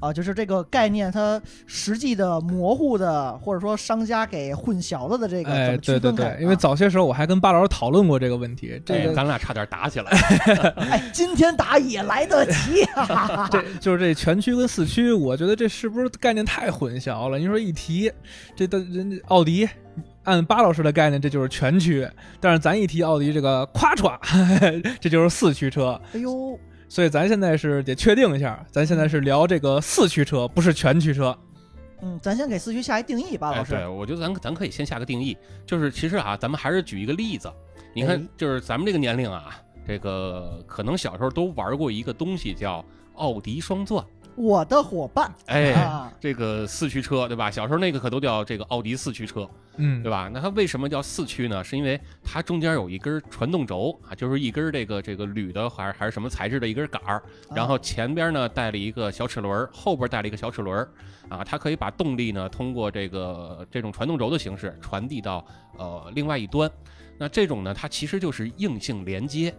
Speaker 4: 啊，就是这个概念它实际的模糊的，或者说商家给混淆了的这个怎
Speaker 7: 哎，
Speaker 4: 么区
Speaker 7: 对对
Speaker 4: 分开？啊
Speaker 7: 对，因为早些时候我还跟巴老师讨论过这个问题，这
Speaker 6: 哎，
Speaker 7: 个
Speaker 6: 咱俩差点打起来。
Speaker 4: 啊、哎，今天打也来得及、 啊。
Speaker 7: 这 就是这全驱跟四驱，我觉得这是不是概念太混淆了？你说一提这的人家奥迪，按巴老师的概念，这就是全驱，但是咱一提奥迪这个夸歘， 这就是四驱车。
Speaker 4: 哎呦，
Speaker 7: 所以咱现在是得确定一下，咱现在是聊这个四驱车，不是全驱车。
Speaker 4: 嗯，咱先给四驱下一定义吧，
Speaker 6: 哎，
Speaker 4: 啊老师。
Speaker 6: 对，我觉得咱咱可以先下个定义，就是其实啊，咱们还是举一个例子，你
Speaker 4: 哎
Speaker 6: 看，就是咱们这个年龄啊，这个可能小时候都玩过一个东西叫奥迪双钻，
Speaker 4: 我的伙伴，
Speaker 6: 哎，
Speaker 4: 啊
Speaker 6: 这个四驱车对吧？小时候那个可都叫这个奥迪四驱车，
Speaker 7: 嗯，
Speaker 6: 对吧？那它为什么叫四驱呢？是因为它中间有一根传动轴啊，就是一根这个这个铝的还是还是什么材质的一根杆儿，
Speaker 4: 啊
Speaker 6: 然后前边呢带了一个小齿轮儿，后边带了一个小齿轮儿，啊，它可以把动力呢通过这个这种传动轴的形式传递到呃另外一端。那这种呢，它其实就是硬性连接，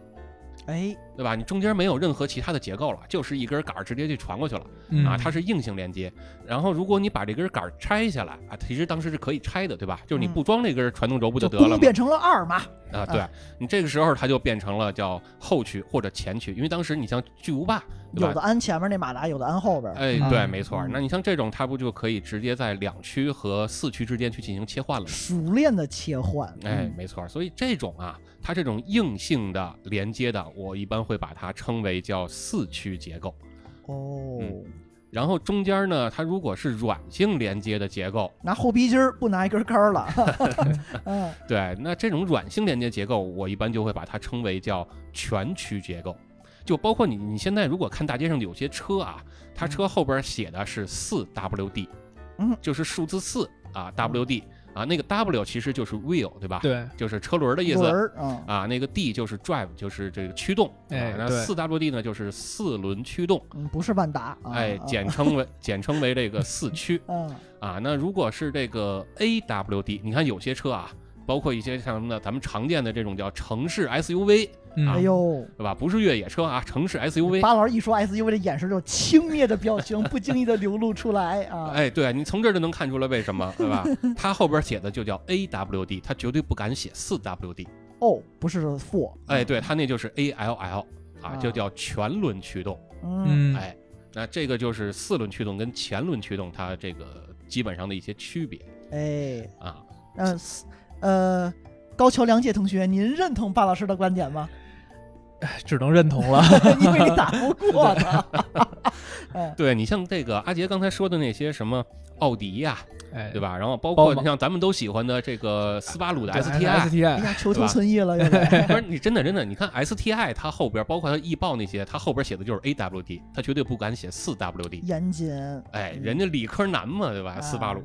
Speaker 4: 哎，
Speaker 6: 对吧？你中间没有任何其他的结构了，就是一根杆儿直接就传过去了。
Speaker 7: 嗯
Speaker 6: 啊，它是硬性连接。然后如果你把这根杆儿拆下来啊，其实当时是可以拆的，对吧？就是你
Speaker 4: 嗯
Speaker 6: 不装这根传动轴不
Speaker 4: 就
Speaker 6: 得了
Speaker 4: 公
Speaker 6: 吗？
Speaker 4: 变成了二嘛，
Speaker 6: 啊，对你这个时候它就变成了叫后驱或者前驱，因为当时你像巨无霸，对
Speaker 4: 有
Speaker 6: 吧
Speaker 4: 的？安前面那马达，有的安后边。
Speaker 6: 哎，
Speaker 7: 嗯
Speaker 6: 对，没错儿。
Speaker 4: 嗯
Speaker 6: 那你像这种，它不就可以直接在两驱和四驱之间去进行切换了吗？
Speaker 4: 熟练的切换，
Speaker 6: 哎
Speaker 4: 嗯，，
Speaker 6: 没错儿。所以这种啊，它这种硬性的连接的，我一般会把它称为叫四驱结构。
Speaker 4: 哦，
Speaker 6: 嗯然后中间呢，它如果是软性连接的结构，
Speaker 4: 拿后鼻筋儿不拿一根杆 儿了，嗯，
Speaker 6: 对，那这种软性连接结构，我一般就会把它称为叫全驱结构。就包括你，你现在如果看大街上有些车啊，它车后边写的是四 WD，
Speaker 4: 嗯
Speaker 6: 就是数字四啊，WD 啊，那个 W 其实就是 wheel，对吧？，
Speaker 7: 对，
Speaker 6: 就是车轮的意思
Speaker 4: 轮儿，嗯，
Speaker 6: 啊。那个 D 就是 drive，就是这个驱动。
Speaker 7: 哎
Speaker 6: 啊那
Speaker 7: 对
Speaker 6: 四 WD 呢，就是四轮驱动，
Speaker 4: 嗯不是万达，啊
Speaker 6: 哎，简，称为简称为这个四驱。
Speaker 4: 嗯，
Speaker 6: 啊，那如果是这个 AWD，你看有些车啊，包括一些像什么呢，咱们常见的这种叫城市 SUV，
Speaker 7: 嗯
Speaker 6: 啊
Speaker 4: 哎呦，
Speaker 6: 对吧？不是越野车啊，城市 SUV。
Speaker 4: 巴老师一说 SUV 的眼神，就轻蔑的表情不经意的流露出来啊，
Speaker 6: 哎，对你从这儿就能看出来为什么，对吧？它后边写的就叫 AWD，它绝对不敢写四 WD。
Speaker 4: 哦，不是 for，
Speaker 6: 哎，对，它那就是 ALL 啊，
Speaker 4: 啊
Speaker 6: 就叫全轮驱动。
Speaker 4: 嗯，
Speaker 7: 嗯，
Speaker 6: 哎，那这个就是四轮驱动跟前轮驱动它这个基本上的一些区别
Speaker 4: 哎，
Speaker 6: 啊。
Speaker 4: 嗯，呃，高桥良介同学，您认同巴老师的观 点吗？
Speaker 7: 只能认同了。
Speaker 4: 因为你打不过他，
Speaker 6: 对你像这个阿杰刚才说的那些什么奥迪呀、
Speaker 7: 哎，
Speaker 6: 对？吧？然后包
Speaker 7: 包
Speaker 6: 括
Speaker 7: 嘛
Speaker 6: 像咱们都喜欢的这个斯巴鲁的 STI，
Speaker 4: 哎
Speaker 7: STI，
Speaker 4: 呀，求
Speaker 6: 对
Speaker 4: 同
Speaker 6: 吧
Speaker 4: 存异了，又得。
Speaker 6: 不是你真的真的，你看 STI 它后边包括它易爆那些，它后边写的就是 AWD，它绝对不敢写四 WD。
Speaker 4: 严谨，
Speaker 6: 哎，
Speaker 4: 嗯
Speaker 6: 人家理科男嘛，对吧？
Speaker 4: 啊
Speaker 6: 斯巴鲁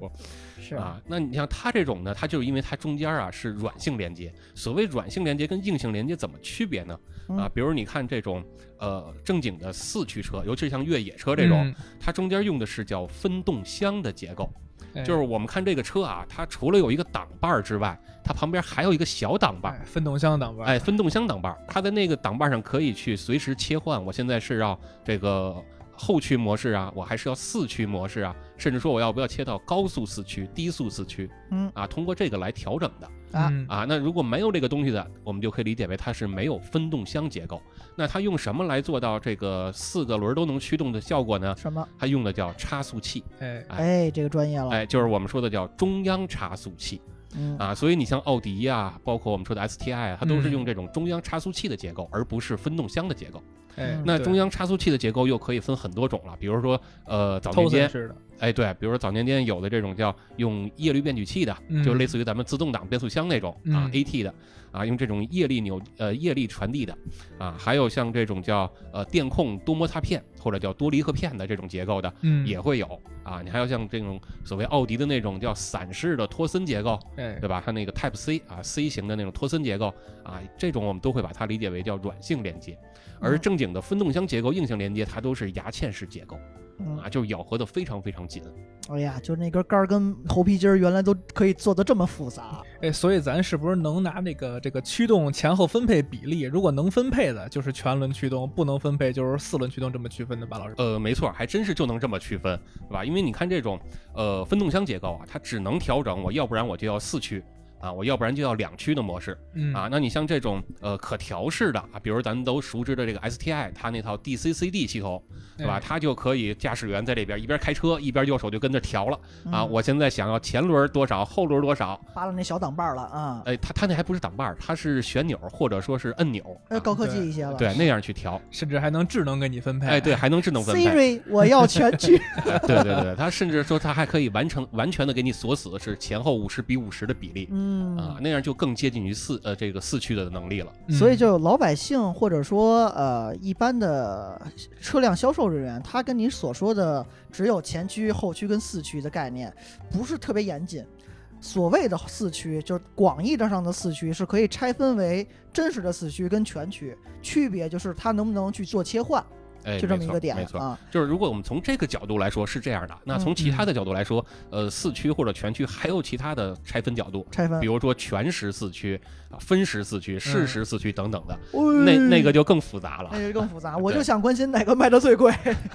Speaker 4: 是
Speaker 6: 啊，那你像它这种呢，它就是因为它中间啊是软性连接。所谓软性连接跟硬性连接怎么区别呢？啊
Speaker 4: 嗯，
Speaker 6: 比如你看这种呃正经的四驱车，尤其是像越野车这种，它中间用的是叫分动箱的结构。
Speaker 7: 嗯
Speaker 6: 就是我们看这个车啊，它除了有一个挡把儿之外，它旁边还有一个小挡把
Speaker 7: 哎
Speaker 6: 儿，
Speaker 7: 分动箱挡把，
Speaker 6: 哎，分动箱挡把儿。它在那个挡把上可以去随时切换。我现在是要这个后驱模式啊，我还是要四驱模式啊，甚至说我要不要切到高速四驱、低速四驱，
Speaker 4: 嗯
Speaker 6: 啊，通过这个来调整的
Speaker 4: 啊
Speaker 7: 嗯
Speaker 6: 啊。那如果没有这个东西的，我们就可以理解为它是没有分动箱结构。那它用什么来做到这个四个轮儿都能驱动的效果呢？
Speaker 4: 什么？
Speaker 6: 它用的叫差速器，
Speaker 7: 哎，
Speaker 6: 哎
Speaker 4: 哎，这个专业
Speaker 7: 哦
Speaker 4: 了，
Speaker 6: 哎，就是我们说的叫中央差速器。
Speaker 4: 嗯，
Speaker 6: 啊，所以你像奥迪呀、包括我们说的 STI 啊，它都是
Speaker 7: 嗯
Speaker 6: 用这种中央差速器的结构，而不是分动箱的结构。
Speaker 7: 哎
Speaker 4: 嗯，
Speaker 6: 那
Speaker 7: 对
Speaker 6: 中央差速器的结构又可以分很多种了，比如说呃早年
Speaker 7: Tosen
Speaker 6: 间，
Speaker 7: 似的，
Speaker 6: 哎对，比如说早年间有的这种叫用叶律变矩器的，
Speaker 7: 嗯
Speaker 6: 就类似于咱们自动挡变速箱那种啊
Speaker 7: 嗯
Speaker 6: AT 的啊，用这种液力扭呃液力传递的啊，还有像这种叫呃电控多摩擦片或者叫多离合片的这种结构的
Speaker 7: 嗯，
Speaker 6: 也会有啊，你还有像这种所谓奥迪的那种叫散式的托森结构。
Speaker 7: 哎
Speaker 6: 对吧？它那个 Type C 啊，C 型的那种托森结构啊，这种我们都会把它理解为叫软性连接，而正经的分动箱结构、硬性连接，它都是牙嵌式结构
Speaker 4: 嗯
Speaker 6: 啊，就是咬合的非常非常紧。
Speaker 4: 哎呀，就是那根杆儿跟猴皮筋儿，原来都可以做的这么复 杂，
Speaker 7: 哎，所以咱是不是能拿那个这个驱动前后分配比例？如果能分配的，就是全轮驱动；不能分配就是四轮驱动，这么区分的吧，老师？
Speaker 6: 呃，没错，还真是就能这么区分，对吧？因为你看这种呃分动箱结构啊，它只能调整我要不然我就要四驱啊，我要不然就要两驱的模式，
Speaker 7: 嗯
Speaker 6: 啊，，那你像这种呃可调式的啊，比如咱们都熟知的这个 STI，它那套 DCCD 系统，对吧？
Speaker 7: 哎
Speaker 6: 它就可以驾驶员在这边一边开车一边右手就跟着调了啊。
Speaker 4: 嗯
Speaker 6: 我现在想要前轮多少，后轮多少，
Speaker 4: 扒拉那小挡把儿了啊，
Speaker 6: 哎，它它那还不是挡把儿，它是旋钮或者说是按钮，
Speaker 4: 呃，
Speaker 6: 啊
Speaker 4: 高科技一些了。
Speaker 6: 对那样去调。
Speaker 7: 甚至还能智能给你分配。啊
Speaker 6: 哎，对，，还能智能分配，哎
Speaker 4: Siri，我要全局。
Speaker 6: 对对对对，它甚至说它还可以完成完全的给你锁死是前后五十比五十的比例，
Speaker 4: 嗯
Speaker 6: 啊，那样就更接近于四呃这个四驱的能力了。
Speaker 4: 所以
Speaker 7: 嗯
Speaker 4: 就老百姓或者说呃一般的车辆销售人员，他跟你所说的只有前驱、后驱跟四驱的概念不是特别严谨。所谓的四驱，就是广义上的四驱，是可以拆分为真实的四驱跟全驱，区别就是它能不能去做切换，
Speaker 6: 哎，
Speaker 4: 就这么
Speaker 6: 没
Speaker 4: 一
Speaker 6: 错
Speaker 4: 个点
Speaker 6: 没错，
Speaker 4: 啊。
Speaker 6: 就是如果我们从这个角度来说是这样的，那
Speaker 4: 嗯
Speaker 6: 从其他的角度来说，呃，四驱或者全驱还有其他的拆分角度，
Speaker 4: 拆分
Speaker 6: 比如说全时四驱、啊分时四
Speaker 4: 嗯
Speaker 6: 驱、适时四驱等等的，那
Speaker 4: 那
Speaker 6: 那个就更复杂了。
Speaker 4: 哎那就更复杂。我
Speaker 6: 对
Speaker 4: 就想关心哪个卖的最贵。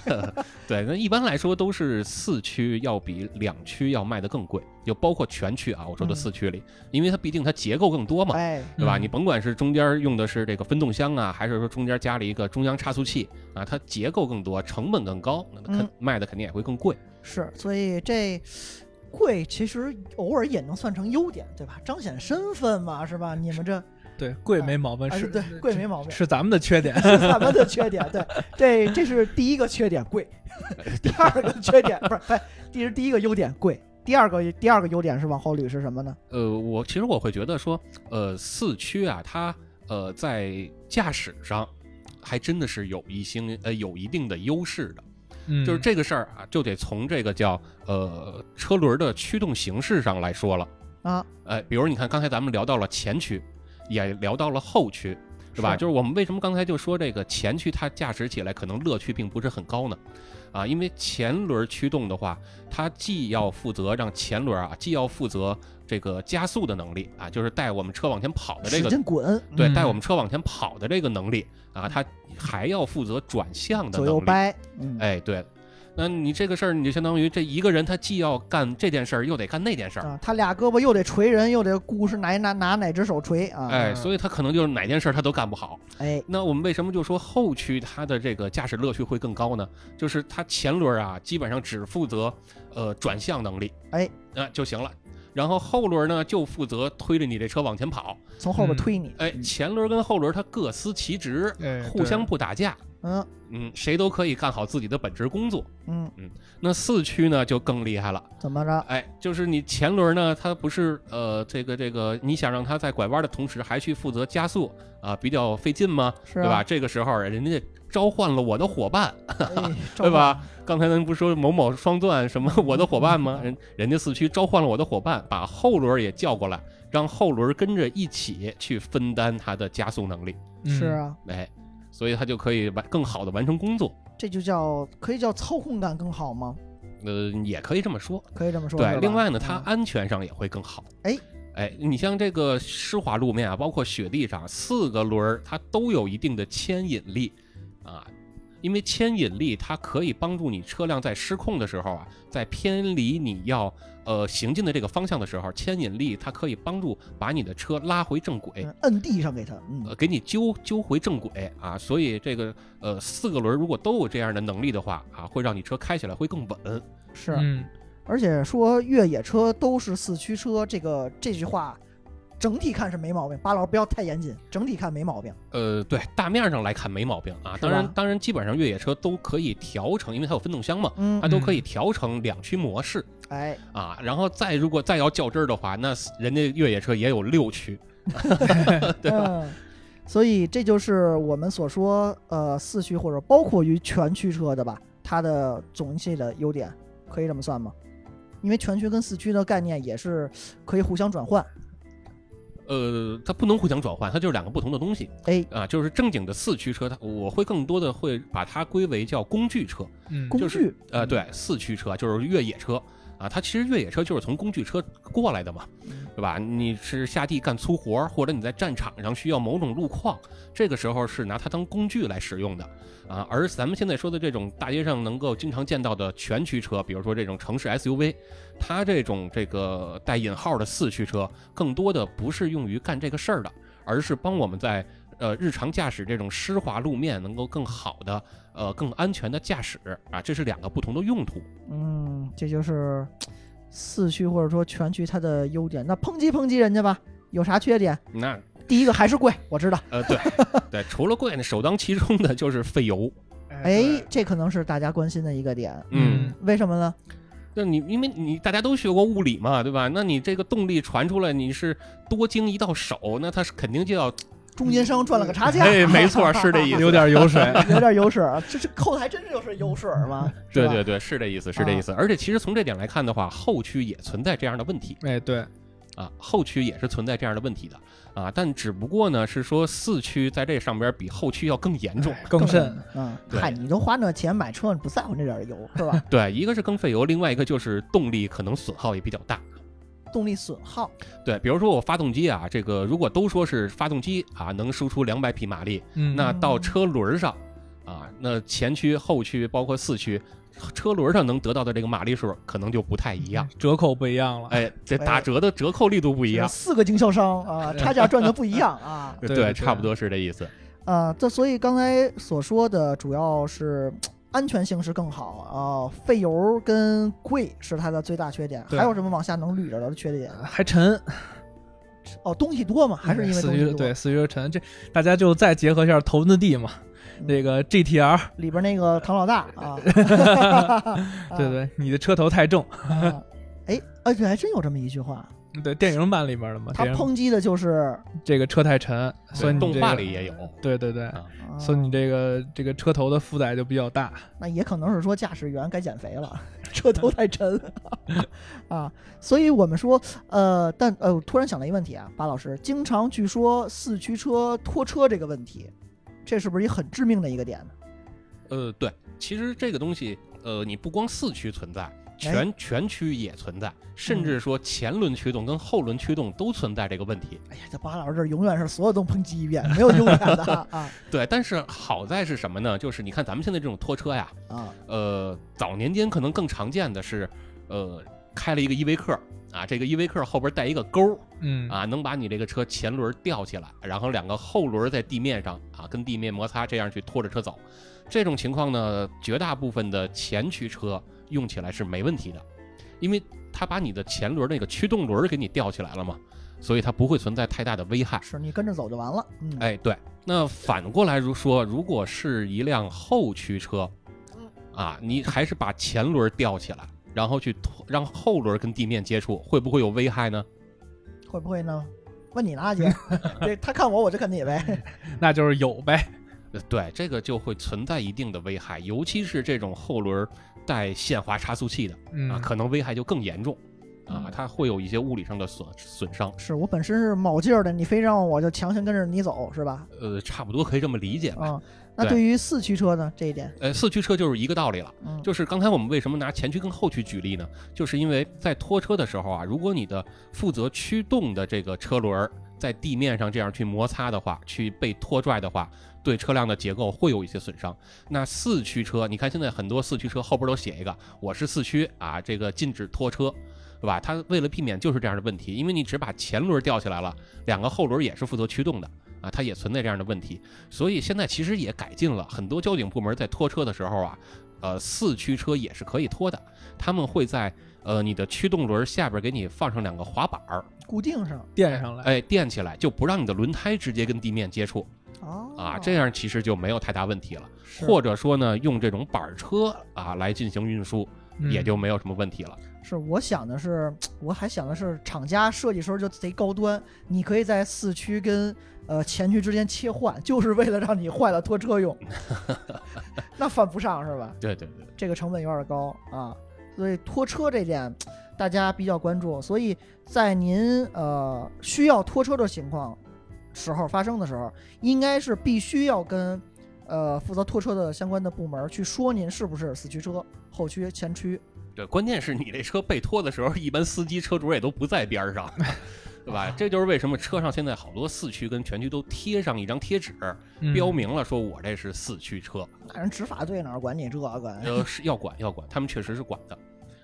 Speaker 6: 对，那一般来说都是四驱要比两驱要卖的更贵，就包括全驱啊，我说的
Speaker 4: 嗯
Speaker 6: 四驱里，因为它毕竟它结构更多嘛，
Speaker 4: 哎，
Speaker 6: 对吧？
Speaker 7: 嗯
Speaker 6: 你甭管是中间用的是这个分动箱啊，还是说中间加了一个中央差速器啊，它结构更多，成本更高，那它肯
Speaker 4: 嗯
Speaker 6: 卖的肯定也会更贵。
Speaker 4: 是，所以这贵其实偶尔也能算成优点，对吧？彰显身份嘛，是吧？你们这
Speaker 7: 对贵没毛病，
Speaker 4: 啊
Speaker 7: 是
Speaker 4: 对贵没毛病，
Speaker 7: 是咱们的 缺点。
Speaker 4: 是咱们的缺点。对，这这是第一个缺点 贵，第二个缺点不是，不是，这是第一个优点贵。第二个第二个优点是往后捋是什么呢？
Speaker 6: 呃，我其实我会觉得说，呃，四驱啊，它呃在驾驶上还真的是有一些呃有一定的优势的。
Speaker 7: 嗯
Speaker 6: 就是这个事儿啊，就得从这个叫呃车轮的驱动形式上来说了
Speaker 4: 啊。
Speaker 6: 呃，比如你看刚才咱们聊到了前驱，也聊到了后驱，是吧？
Speaker 4: 是
Speaker 6: 就是我们为什么刚才就说这个前驱它驾驶起来可能乐趣并不是很高呢？啊，因为前轮驱动的话，它既要负责让前轮啊，既要负责这个加速的能力啊，就是带我们车往前跑的这
Speaker 4: 使
Speaker 6: 个
Speaker 4: 劲滚，
Speaker 6: 对，
Speaker 7: 嗯
Speaker 6: 带我们车往前跑的这个能力啊，它还要负责转向的
Speaker 4: 左
Speaker 6: 能
Speaker 4: 右
Speaker 6: 力。
Speaker 4: 掰，嗯，
Speaker 6: 哎，对，那你这个事儿，你就相当于这一个人，他既要干这件事儿，又得干那件事儿。
Speaker 4: 啊，他俩胳膊又得捶人，又得顾是哪拿拿哪只手捶啊，
Speaker 6: 哎，所以他可能就是哪件事儿他都干不好。
Speaker 4: 哎，
Speaker 6: 那我们为什么就说后驱它的这个驾驶乐趣会更高呢？就是它前轮啊，基本上只负责呃转向能力，
Speaker 4: 哎，
Speaker 6: 啊、就行了。然后后轮呢，就负责推着你这车往前跑。
Speaker 4: 从后边
Speaker 7: 嗯
Speaker 4: 推你，
Speaker 6: 哎，前轮跟后轮它各司其职，
Speaker 7: 哎
Speaker 6: 互
Speaker 7: 对
Speaker 6: 相不打架。
Speaker 4: 嗯
Speaker 6: 嗯，谁都可以干好自己的本职工作。
Speaker 4: 嗯，
Speaker 6: 那四驱呢，就更厉害了。
Speaker 4: 怎么着？
Speaker 6: 哎，就是你前轮呢，它不是呃，这个这个，你想让它在拐弯的同时还去负责加速啊、比较费劲吗？
Speaker 4: 是啊
Speaker 6: 对吧？这个时候人家召唤了我的伙伴，
Speaker 4: 哎
Speaker 6: 对吧？刚才咱不说某某双钻什么我的伙伴吗？ 人人家四驱召唤了我的伙伴，把后轮也叫过来，让后轮跟着一起去分担它的加速能力，
Speaker 7: 嗯
Speaker 4: 是啊，
Speaker 6: 哎，所以它就可以完更好的完成工作。
Speaker 4: 这就叫可以叫操控感更好吗？
Speaker 6: 呃，也可以这么说，
Speaker 4: 可以这么说。是
Speaker 6: 对，
Speaker 4: 吧
Speaker 6: 另外呢，它
Speaker 4: 嗯
Speaker 6: 安全上也会更好。
Speaker 4: 哎
Speaker 6: 哎，你像这个湿滑路面啊，包括雪地上，四个轮儿它都有一定的牵引力啊，因为牵引力它可以帮助你车辆在失控的时候啊，在偏离你要呃行进的这个方向的时候，牵引力它可以帮助把你的车拉回正轨。
Speaker 4: 嗯摁地上给他，嗯
Speaker 6: 呃，给你揪揪回正轨啊，所以这个呃四个轮儿如果都有这样的能力的话啊，会让你车开起来会更稳。
Speaker 4: 是，
Speaker 7: 嗯
Speaker 4: 而且说越野车都是四驱车，这个这句话整体看是没毛病。巴老师不要太严谨，整体看没毛病。
Speaker 6: 呃，对，大面上来看没毛病啊。
Speaker 4: 是
Speaker 6: 当
Speaker 4: 吧
Speaker 6: 然，当然，基本上越野车都可以调成，因为它有分动箱嘛，
Speaker 4: 嗯
Speaker 6: 它，都可以调成两驱模式
Speaker 4: 哎，
Speaker 6: 啊。然后再如果再要较真儿的话，那人家越野车也有六驱，对吧？
Speaker 4: 嗯，所以这就是我们所说呃四驱或者包括于全驱车的吧，它的总体的优点可以这么算吗？因为全驱跟四驱的概念也是可以互相转换。
Speaker 6: 呃，它不能互相转换，它就是两个不同的东西
Speaker 4: 哎，
Speaker 6: 啊。就是正经的四驱车，它我会更多的会把它归为叫工具车，
Speaker 7: 嗯
Speaker 4: 工
Speaker 6: 就是
Speaker 4: 具
Speaker 6: 呃，对，四驱车就是越野车啊，它其实越野车就是从工具车过来的嘛，
Speaker 4: 嗯
Speaker 6: 对吧？你是下地干粗活儿，或者你在战场上需要某种路况，这个时候是拿它当工具来使用的啊。而咱们现在说的这种大街上能够经常见到的全驱车，比如说这种城市 SUV，它这种这个带引号的四驱车，更多的不是用于干这个事儿的，而是帮我们在。呃，日常驾驶这种湿滑路面能够更好的呃更安全的驾驶啊，这是两个不同的用途。
Speaker 4: 嗯，这就是四驱或者说全驱它的优点。那抨击抨击人家吧，有啥缺点？
Speaker 6: 那
Speaker 4: 第一个还是贵，我知道。
Speaker 6: 呃，对对，除了贵，那首当其冲的就是费油。
Speaker 4: 哎哎，这可能是大家关心的一个点。
Speaker 7: 嗯
Speaker 4: 为什么呢？
Speaker 6: 那你因为你大家都学过物理嘛，对吧？那你这个动力传出来，你是多经一道手，那它是肯定就要
Speaker 4: 中间商赚了个差价。
Speaker 6: 哎，没错，是 这意思，
Speaker 7: 有点油水。
Speaker 4: 有点油 水啊，这这扣的还真是就是油水嘛。是
Speaker 6: 嗯对
Speaker 4: 吧
Speaker 6: 对对，是这意思，是这意思。而且其实从这点来看的话，后驱也存在这样的问题
Speaker 7: 哎，对，
Speaker 6: 啊，后驱也是存在这样的问题的啊，但只不过呢是说四驱在这上边比后驱要更严重。
Speaker 7: 更甚。
Speaker 4: 嗯，
Speaker 6: 对
Speaker 4: 嗨，你都花那钱买车，你不在乎那点儿油是 吧？
Speaker 6: 对，一个是更费油，另外一个就是动力可能损耗也比较大。
Speaker 4: 动力损耗，
Speaker 6: 对，比如说我发动机啊，这个如果都说是发动机啊能输出两百匹马力，
Speaker 7: 嗯，
Speaker 6: 那到车轮上啊，那前驱、后驱包括四驱，车轮上能得到的这个马力数可能就不太一样。
Speaker 7: 折扣不一样了。
Speaker 6: 哎，这打折的折扣力度不一样。
Speaker 4: 四个经销商啊，差价赚的不一样 啊。
Speaker 7: 对对
Speaker 6: 差不多是这意思。
Speaker 4: 啊，这所以刚才所说的主要是安全性是更好啊、费油跟贵是它的最大缺点。
Speaker 7: 对
Speaker 4: 还有什么往下能捋着的缺点？
Speaker 7: 还沉，
Speaker 4: 哦，东西多嘛，嗯还是因为
Speaker 7: 四
Speaker 4: 东西
Speaker 7: 驱
Speaker 4: 多。
Speaker 7: 对四驱沉，这大家就再结合一下头文字 D 嘛，
Speaker 4: 嗯
Speaker 7: 那个 GTR，
Speaker 4: 里边那个唐老大啊， 嗯
Speaker 7: 对对，你的车头太重，
Speaker 4: 啊。哎，而且还真有这么一句话，
Speaker 7: 对电影版里边的嘛，
Speaker 4: 他
Speaker 7: 电影
Speaker 4: 抨击的就是，
Speaker 7: 这个车太沉，所
Speaker 6: 对
Speaker 7: 以你
Speaker 6: 动
Speaker 7: 这
Speaker 6: 画
Speaker 7: 个
Speaker 6: 里也有。
Speaker 7: 对对对，
Speaker 6: 啊
Speaker 4: 啊
Speaker 7: 所以你这个这个车头的负载就比较大。
Speaker 4: 那也可能是说驾驶员该减肥了，车头太沉 啊。所以我们说，呃，但呃，我突然想了一个问题啊，巴老师，经常据说四驱车拖车这个问题，这是不是也很致命的一个点呢？
Speaker 6: 呃，对，其实这个东西，呃，你不光四驱存在，全全驱也存在，甚至说前轮驱动跟后轮驱动都存在这个问题。
Speaker 4: 哎呀，这巴老师这永远是所有都抨击一遍，没有优点的啊 啊
Speaker 6: 对，但是好在是什么呢？就是你看咱们现在这种拖车呀，
Speaker 4: 啊！
Speaker 6: 呃，早年间可能更常见的是，呃，开了一个依维柯啊，这个依维柯后边带一个钩
Speaker 7: 嗯，
Speaker 6: 啊，能把你这个车前轮吊起来，然后两个后轮在地面上啊跟地面摩擦，这样去拖着车走。这种情况呢，绝大部分的前驱车用起来是没问题的，因为它把你的前轮那个驱动轮给你吊起来了嘛，所以它不会存在太大的危害。
Speaker 4: 是你跟着走就完了，嗯，
Speaker 6: 哎，对。那反过来如说，如果是一辆后驱车，啊，你还是把前轮吊起来，然后去拖，让后轮跟地面接触，会不会有危害呢？
Speaker 4: 会不会呢？问你呢，阿杰， 这他看我，我就看你
Speaker 6: 嗯
Speaker 4: 呗。
Speaker 7: 那就是有呗。
Speaker 6: 呃对，这个就会存在一定的危害，尤其是这种后轮带限滑差速器的啊，
Speaker 7: 嗯，
Speaker 6: 可能危害就更严重啊，它会有一些物理上的损损伤，
Speaker 4: 是我本身是卯劲儿的，你非让我就强行跟着你走，是吧？
Speaker 6: 呃，差不多可以这么理解吧。
Speaker 4: 啊，那
Speaker 6: 对
Speaker 4: 对于四驱车呢，这一点，
Speaker 6: 呃，四驱车就是一个道理了。
Speaker 4: 嗯，
Speaker 6: 就是刚才我们为什么拿前驱跟后驱举例呢？就是因为在拖车的时候啊，如果你的负责驱动的这个车轮儿在地面上这样去摩擦的话，去被拖拽的话，对车辆的结构会有一些损伤。那四驱车，你看现在很多四驱车后边都写一个“我是四驱”啊，这个禁止拖车。对吧？它为了避免就是这样的问题，因为你只把前轮吊起来了，两个后轮也是负责驱动的啊，它也存在这样的问题。所以现在其实也改进了，很多交警部门在拖车的时候啊，呃，四驱车也是可以拖的，他们会在呃你的驱动轮下边给你放上两个滑板儿，
Speaker 4: 固定上
Speaker 7: 垫上来。
Speaker 6: 哎，垫起来，就不让你的轮胎直接跟地面接触
Speaker 4: 哦
Speaker 6: 啊，这样其实就没有太大问题了。
Speaker 4: 是
Speaker 6: 或者说呢，用这种板儿车啊来进行运输，
Speaker 7: 嗯
Speaker 6: 也就没有什么问题了。
Speaker 4: 是我想的是，我还想的是厂家设计时候就贼高端，你可以在四驱跟呃前驱之间切换，就是为了让你坏了拖 车用，那犯不上是吧？
Speaker 6: 对对对，
Speaker 4: 这个成本有点高啊，所以拖车这点大家比较关注，所以在您呃需要拖车的情况时候发生的时候，应该是必须要跟呃负责拖车的相关的部门去说您是不是四驱车、后驱、前驱，
Speaker 6: 对，关键是你这车被拖的时候，一般司机车主也都不在边儿上， 对吧？这就是为什么车上现在好多四驱跟全驱都贴上一张贴纸，
Speaker 7: 嗯
Speaker 6: 标明了说我这是四驱车。
Speaker 4: 那人执法队哪儿管你这个
Speaker 6: 呃，是要管要管，他们确实是管的，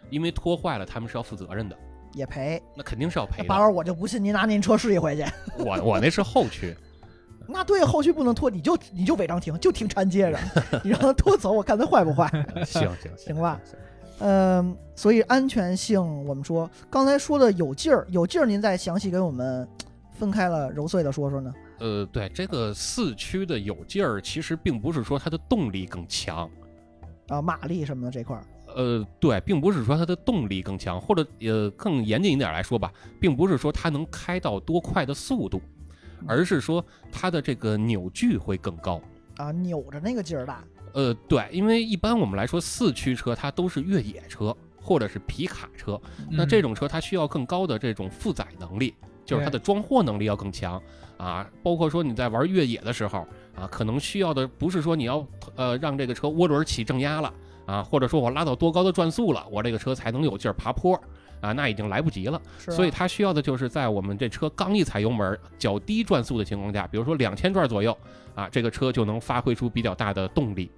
Speaker 6: 因为拖坏了他们是要负责任的，
Speaker 4: 也赔？
Speaker 6: 那肯定是要
Speaker 4: 那
Speaker 6: 赔
Speaker 4: 八老
Speaker 6: 的。
Speaker 4: 我就不信您拿您车试一回去，
Speaker 6: 我我那是后驱，嗯
Speaker 4: 那对后续不能拖，你就你就违章停，就停缠街上，你让他拖走，我看他坏不 坏。
Speaker 6: 呃 行行行
Speaker 4: 行吧，嗯，所以安全性，我们说刚才说的有劲儿，有劲儿，您再详细给我们分开了揉碎的说说呢？
Speaker 6: 呃，对，这个四驱的有劲儿，其实并不是说它的动力更强，
Speaker 4: 啊，马力什么的这块儿，
Speaker 6: 呃，对，并不是说它的动力更强，或者呃更严谨一点来说吧，并不是说它能开到多快的速度，而是说它的这个扭矩会更高。
Speaker 4: 啊，扭着那个劲儿大，
Speaker 6: 呃，对，因为一般我们来说四驱车它都是越野车或者是皮卡车，那
Speaker 7: 嗯
Speaker 6: 这种车它需要更高的这种负载能力，就是它的装货能力要更强啊。包括说你在玩越野的时候啊，可能需要的不是说你要呃让这个车涡轮起正压了啊，或者说我拉到多高的转速了，我这个车才能有劲儿爬坡啊，那已经来不及了。
Speaker 4: 是啊
Speaker 6: 所以
Speaker 4: 吧
Speaker 6: 它需要的就是在我们这车刚一踩油门，较低转速的情况下，比如说两千转左右啊，这个车就能发挥出比较大的动力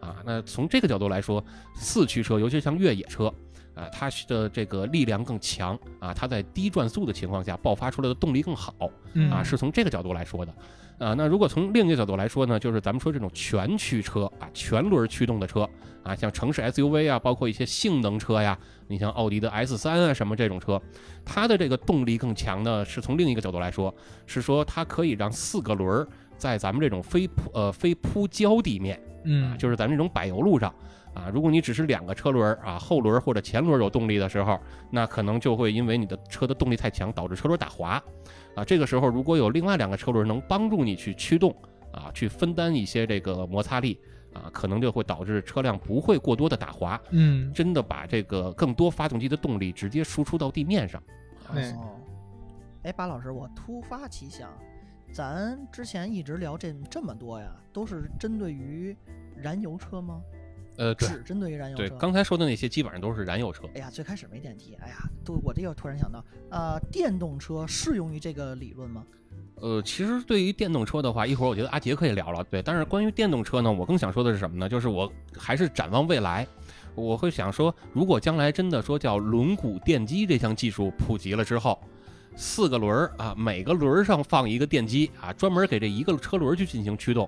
Speaker 6: 啊。那从这个角度来说，四驱车，尤其像越野车啊，它的这个力量更强啊，它在低转速的情况下爆发出来的动力更好
Speaker 7: 嗯
Speaker 6: 啊，是从这个角度来说的。啊，那如果从另一个角度来说呢，就是咱们说这种全驱车啊，全轮驱动的车啊，像城市 SUV 啊，包括一些性能车呀，你像奥迪的 S 三啊什么这种车，它的这个动力更强呢，是从另一个角度来说，是说它可以让四个轮儿在咱们这种非铺呃非铺胶地面啊，
Speaker 7: 嗯，
Speaker 6: 就是咱们这种柏油路上啊，如果你只是两个车轮儿啊，后轮儿或者前轮儿有动力的时候，那可能就会因为你的车的动力太强，导致车轮打滑啊。这个时候如果有另外两个车轮能帮助你去驱动啊，去分担一些这个摩擦力啊，可能就会导致车辆不会过多的打滑，
Speaker 7: 嗯，
Speaker 6: 真的把这个更多发动机的动力直接输出到地面上。
Speaker 7: 对
Speaker 4: 哦，哎，巴老师，我突发奇想，咱之前一直聊这这么多呀，都是针对于燃油车吗？
Speaker 6: 呃，对
Speaker 4: 只针对于燃油
Speaker 6: 对，
Speaker 4: 车？
Speaker 6: 刚才说的那些基本上都是燃油车。
Speaker 4: 哎呀，最开始没点题，哎呀，都我这又突然想到，呃，电动车适用于这个理论吗？
Speaker 6: 呃，其实对于电动车的话，一会儿我觉得阿杰可以聊了。对，但是关于电动车呢，我更想说的是什么呢？就是我还是展望未来，我会想说，如果将来真的说叫轮毂电机这项技术普及了之后，四个轮儿啊，每个轮儿上放一个电机啊，专门给这一个车轮去进行驱动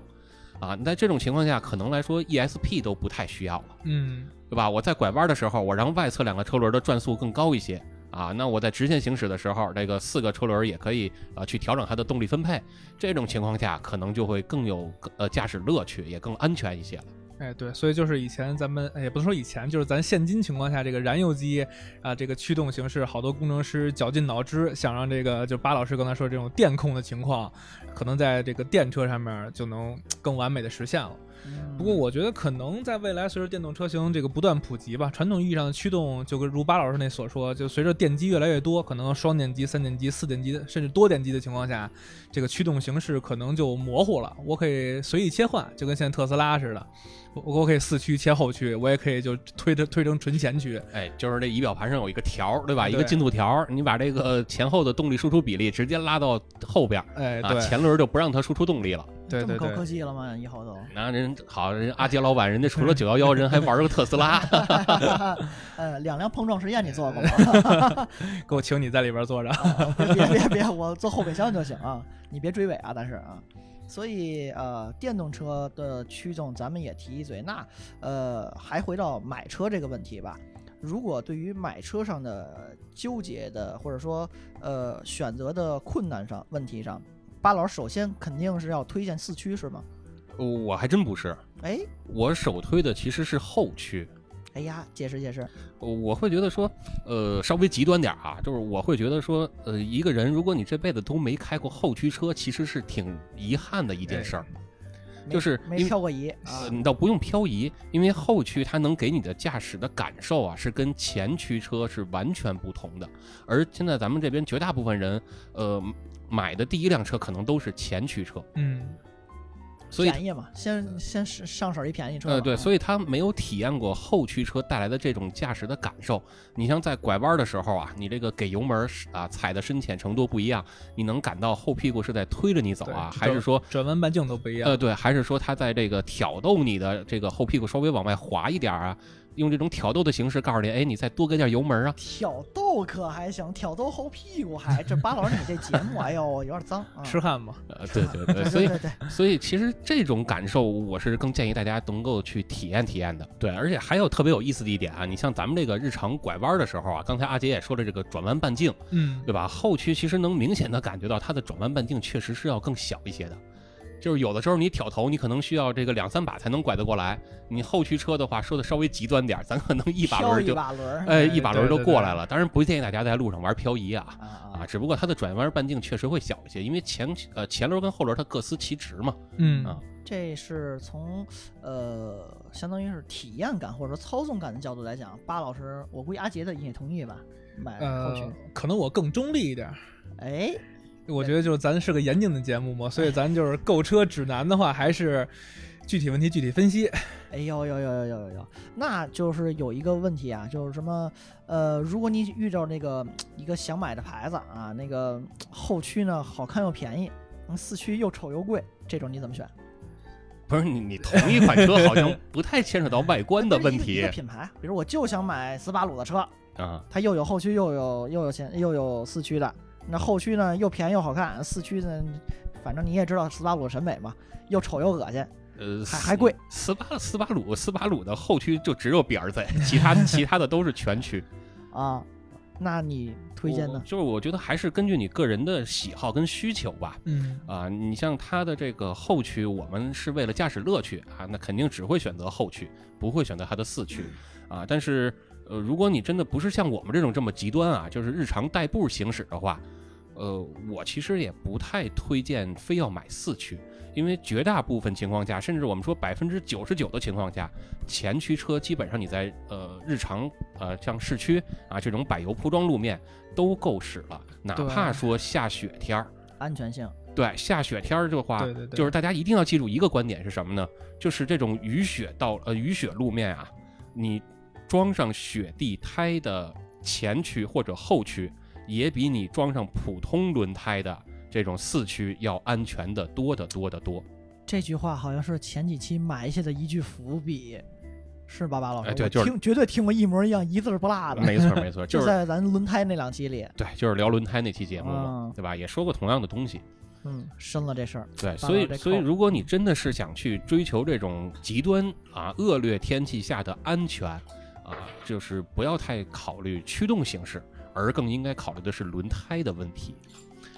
Speaker 6: 啊。那在这种情况下，可能来说 ESP 都不太需要了。
Speaker 7: 嗯，
Speaker 6: 对吧？我在拐弯的时候，我让外侧两个车轮的转速更高一些啊。那我在直线行驶的时候，这个四个车轮也可以啊去调整它的动力分配。这种情况下，可能就会更有呃驾驶乐趣，也更安全一些了。
Speaker 7: 哎，对，所以就是以前咱们，哎，也不是说以前，就是咱现今情况下，这个燃油机啊，这个驱动形式，好多工程师绞尽脑汁，想让这个就巴老师刚才说这种电控的情况，可能在这个电车上面就能更完美的实现了。
Speaker 4: 嗯
Speaker 7: 不过我觉得可能在未来，随着电动车型这个不断普及吧，传统意义上的驱动，就跟如巴老师那所说，就随着电机越来越多，可能双电机、三电机、四电机甚至多电机的情况下，这个驱动形式可能就模糊了。我可以随意切换，就跟现在特斯拉似的，我我可以四驱切后驱，我也可以就推着推成纯前驱。
Speaker 6: 哎，就是这仪表盘上有一个条儿，对吧？
Speaker 7: 对
Speaker 6: 一个进度条儿，你把这个前后的动力输出比例直接拉到后边儿
Speaker 7: 哎，
Speaker 6: 啊，
Speaker 7: 对，
Speaker 6: 前轮就不让它输出动力了。
Speaker 7: 对
Speaker 4: 这么
Speaker 7: 对
Speaker 4: 高
Speaker 7: 对
Speaker 4: 科技了吗？以后 都，
Speaker 6: 那人好，人阿杰老板，人家除了九幺幺，人还玩个特斯拉。
Speaker 4: 呃，两辆碰撞实验你做过吗？
Speaker 7: 给我请你在里边坐着。
Speaker 6: 啊
Speaker 4: 别别别别，我坐后备箱就行啊，你别追尾啊，但是啊。所以，呃，电动车的驱动咱们也提一嘴。那，呃，还回到买车这个问题吧。如果对于买车上的纠结的，或者说，呃，选择的困难上问题上，巴老师首先肯定是要推荐四驱，是吗？
Speaker 6: 我还真不是，
Speaker 4: 哎，
Speaker 6: 我首推的其实是后驱。
Speaker 4: 哎呀，解释解释。
Speaker 6: 我会觉得说，呃，稍微极端点儿啊，就是我会觉得说，呃，一个人如果你这辈子都没开过后驱车，其实是挺遗憾的一件事儿。
Speaker 4: 没
Speaker 6: 就是
Speaker 4: 没
Speaker 6: 因为
Speaker 4: 漂过移啊
Speaker 6: 呃，你倒不用漂移，因为后驱它能给你的驾驶的感受啊，是跟前驱车是完全不同的。而现在咱们这边绝大部分人，呃，买的第一辆车可能都是前驱车，
Speaker 7: 嗯，
Speaker 6: 所以
Speaker 4: 便宜嘛，先先是上手一便宜车嘛。啊
Speaker 6: 呃，对，所
Speaker 4: 以
Speaker 6: 以他没有体验过后驱车带来的这种驾驶的感受。你像在拐弯的时候啊，你这个给油门儿啊踩的深浅程度不一样，你能感到后屁股是在推着你走啊，
Speaker 7: 对
Speaker 6: 还是说？
Speaker 7: 转弯半径都不一样。
Speaker 6: 呃，对，还是说他在这个挑逗你的这个后屁股稍微往外滑一点儿啊，用这种挑逗的形式告诉你，哎，你再多给点油门儿啊，
Speaker 4: 挑逗可还行，挑逗后屁股还这巴老师你这节 目，哎呦有点脏啊。
Speaker 7: 痴汉嘛，
Speaker 6: 呃，对对
Speaker 4: 对
Speaker 6: 对，所以
Speaker 4: 对对，
Speaker 6: 所以其实这种感受，我是更建议大家能够去体验体验的。对，而且还有特别有意思的一点啊，你像咱们这个日常拐弯的时候啊，刚才阿杰也说了这个转弯半径，
Speaker 7: 嗯，
Speaker 6: 呃对吧？后驱其实能明显的感觉到它的转弯半径确实是要更小一些的。就是有的时候你挑头，你可能需要这个两三把才能拐得过来。你后驱车的话，说的稍微极端点儿，咱可能一把轮
Speaker 4: 飘
Speaker 6: 儿
Speaker 4: 一
Speaker 6: 就，
Speaker 4: 把轮
Speaker 6: 哎，
Speaker 4: 儿
Speaker 7: 哎
Speaker 6: 一把轮儿
Speaker 7: 对
Speaker 6: 就
Speaker 7: 对
Speaker 6: 过
Speaker 7: 对
Speaker 6: 来了。当然不建议大家在路上玩漂移啊，
Speaker 4: 啊
Speaker 6: 啊，
Speaker 4: 啊，
Speaker 6: 只不过它的转弯半径确实会小一些，因为前呃前轮跟后轮它各司其职嘛。
Speaker 7: 嗯
Speaker 6: 啊
Speaker 4: 这是从呃，相当于是体验感或者说操纵感的角度来讲，巴老师，我估计阿杰的你也同意吧？买后驱
Speaker 7: 呃，，可能我更中立一点儿，
Speaker 4: 哎，
Speaker 7: 我觉得就是咱是个严谨的节目嘛，所
Speaker 6: 哎
Speaker 7: 以咱就是购车指南的话，还是具体问题具体分析。
Speaker 4: 哎呦呦呦呦呦呦呦，那就是有一个问题啊，就是什么呃，如果你遇到那个一个想买的牌子啊，那个后驱呢好看又便宜，嗯四驱又丑又贵，这种你怎么选？
Speaker 6: 不是你，你同一款车好 像不太牵扯到外观的问
Speaker 4: 但是一个一
Speaker 6: 题
Speaker 4: 个品牌，比如我就想买斯巴鲁的车，
Speaker 6: 啊。
Speaker 4: 它又有后驱又有又有前又有四驱的，那后驱呢又便宜又好看，四驱呢反正你也知道斯巴鲁的审美嘛，又丑又恶心，
Speaker 6: 呃，
Speaker 4: 还
Speaker 6: 斯
Speaker 4: 还贵。
Speaker 6: 斯巴斯巴鲁斯巴鲁的后驱就只有 BRZ，其 他其他的都是全驱。
Speaker 4: 啊，那你推荐
Speaker 6: 我
Speaker 4: 呢？
Speaker 6: 就是我觉得还是根据你个人的喜好跟需求吧。
Speaker 7: 嗯
Speaker 6: 啊，你像它的这个后驱，我们是为了驾驶乐趣啊，那肯定只会选择后驱，不会选择它的四驱啊。但是，呃，如果你真的不是像我们这种这么极端啊，就是日常代步行驶的话，呃，我其实也不太推荐非要买四驱，因为绝大部分情况下，甚至我们说百分之九十九的情况下，前驱车基本上你在呃日常呃像市区啊这种柏油铺装路面都够使了，哪
Speaker 7: 对
Speaker 6: 怕说下雪天儿。
Speaker 4: 安全性
Speaker 6: 对，下雪天儿的话，
Speaker 7: 对对对
Speaker 6: 啊就是大家一定要记住一个观点是什么呢？就是这种雨雪道呃雨雪路面啊，你装上雪地胎的前驱或者后驱，也比你装上普通轮胎的这种四驱要安全的多得多得多。
Speaker 4: 这句话好像是前几期埋下的一句伏笔，是吧，巴老师？
Speaker 6: 哎对
Speaker 4: 我
Speaker 6: 就是
Speaker 4: 听绝对听过一模一样，一字儿不落的，
Speaker 6: 没错没 错，
Speaker 4: 就
Speaker 6: 就是
Speaker 4: 在咱轮胎那两期里，
Speaker 6: 对，就是聊轮胎那期节目嘛
Speaker 4: 嗯，
Speaker 6: 对吧？也说过同样的东西。
Speaker 4: 嗯，深了这事儿。
Speaker 6: 对，
Speaker 4: 到
Speaker 6: 所
Speaker 4: 这
Speaker 6: 以所以
Speaker 4: 扣
Speaker 6: 如果
Speaker 7: 嗯
Speaker 6: 你真的是想去追求这种极端啊恶劣天气下的安全啊，就是不要太考虑驱动形式，而更应该考虑的是轮胎的问题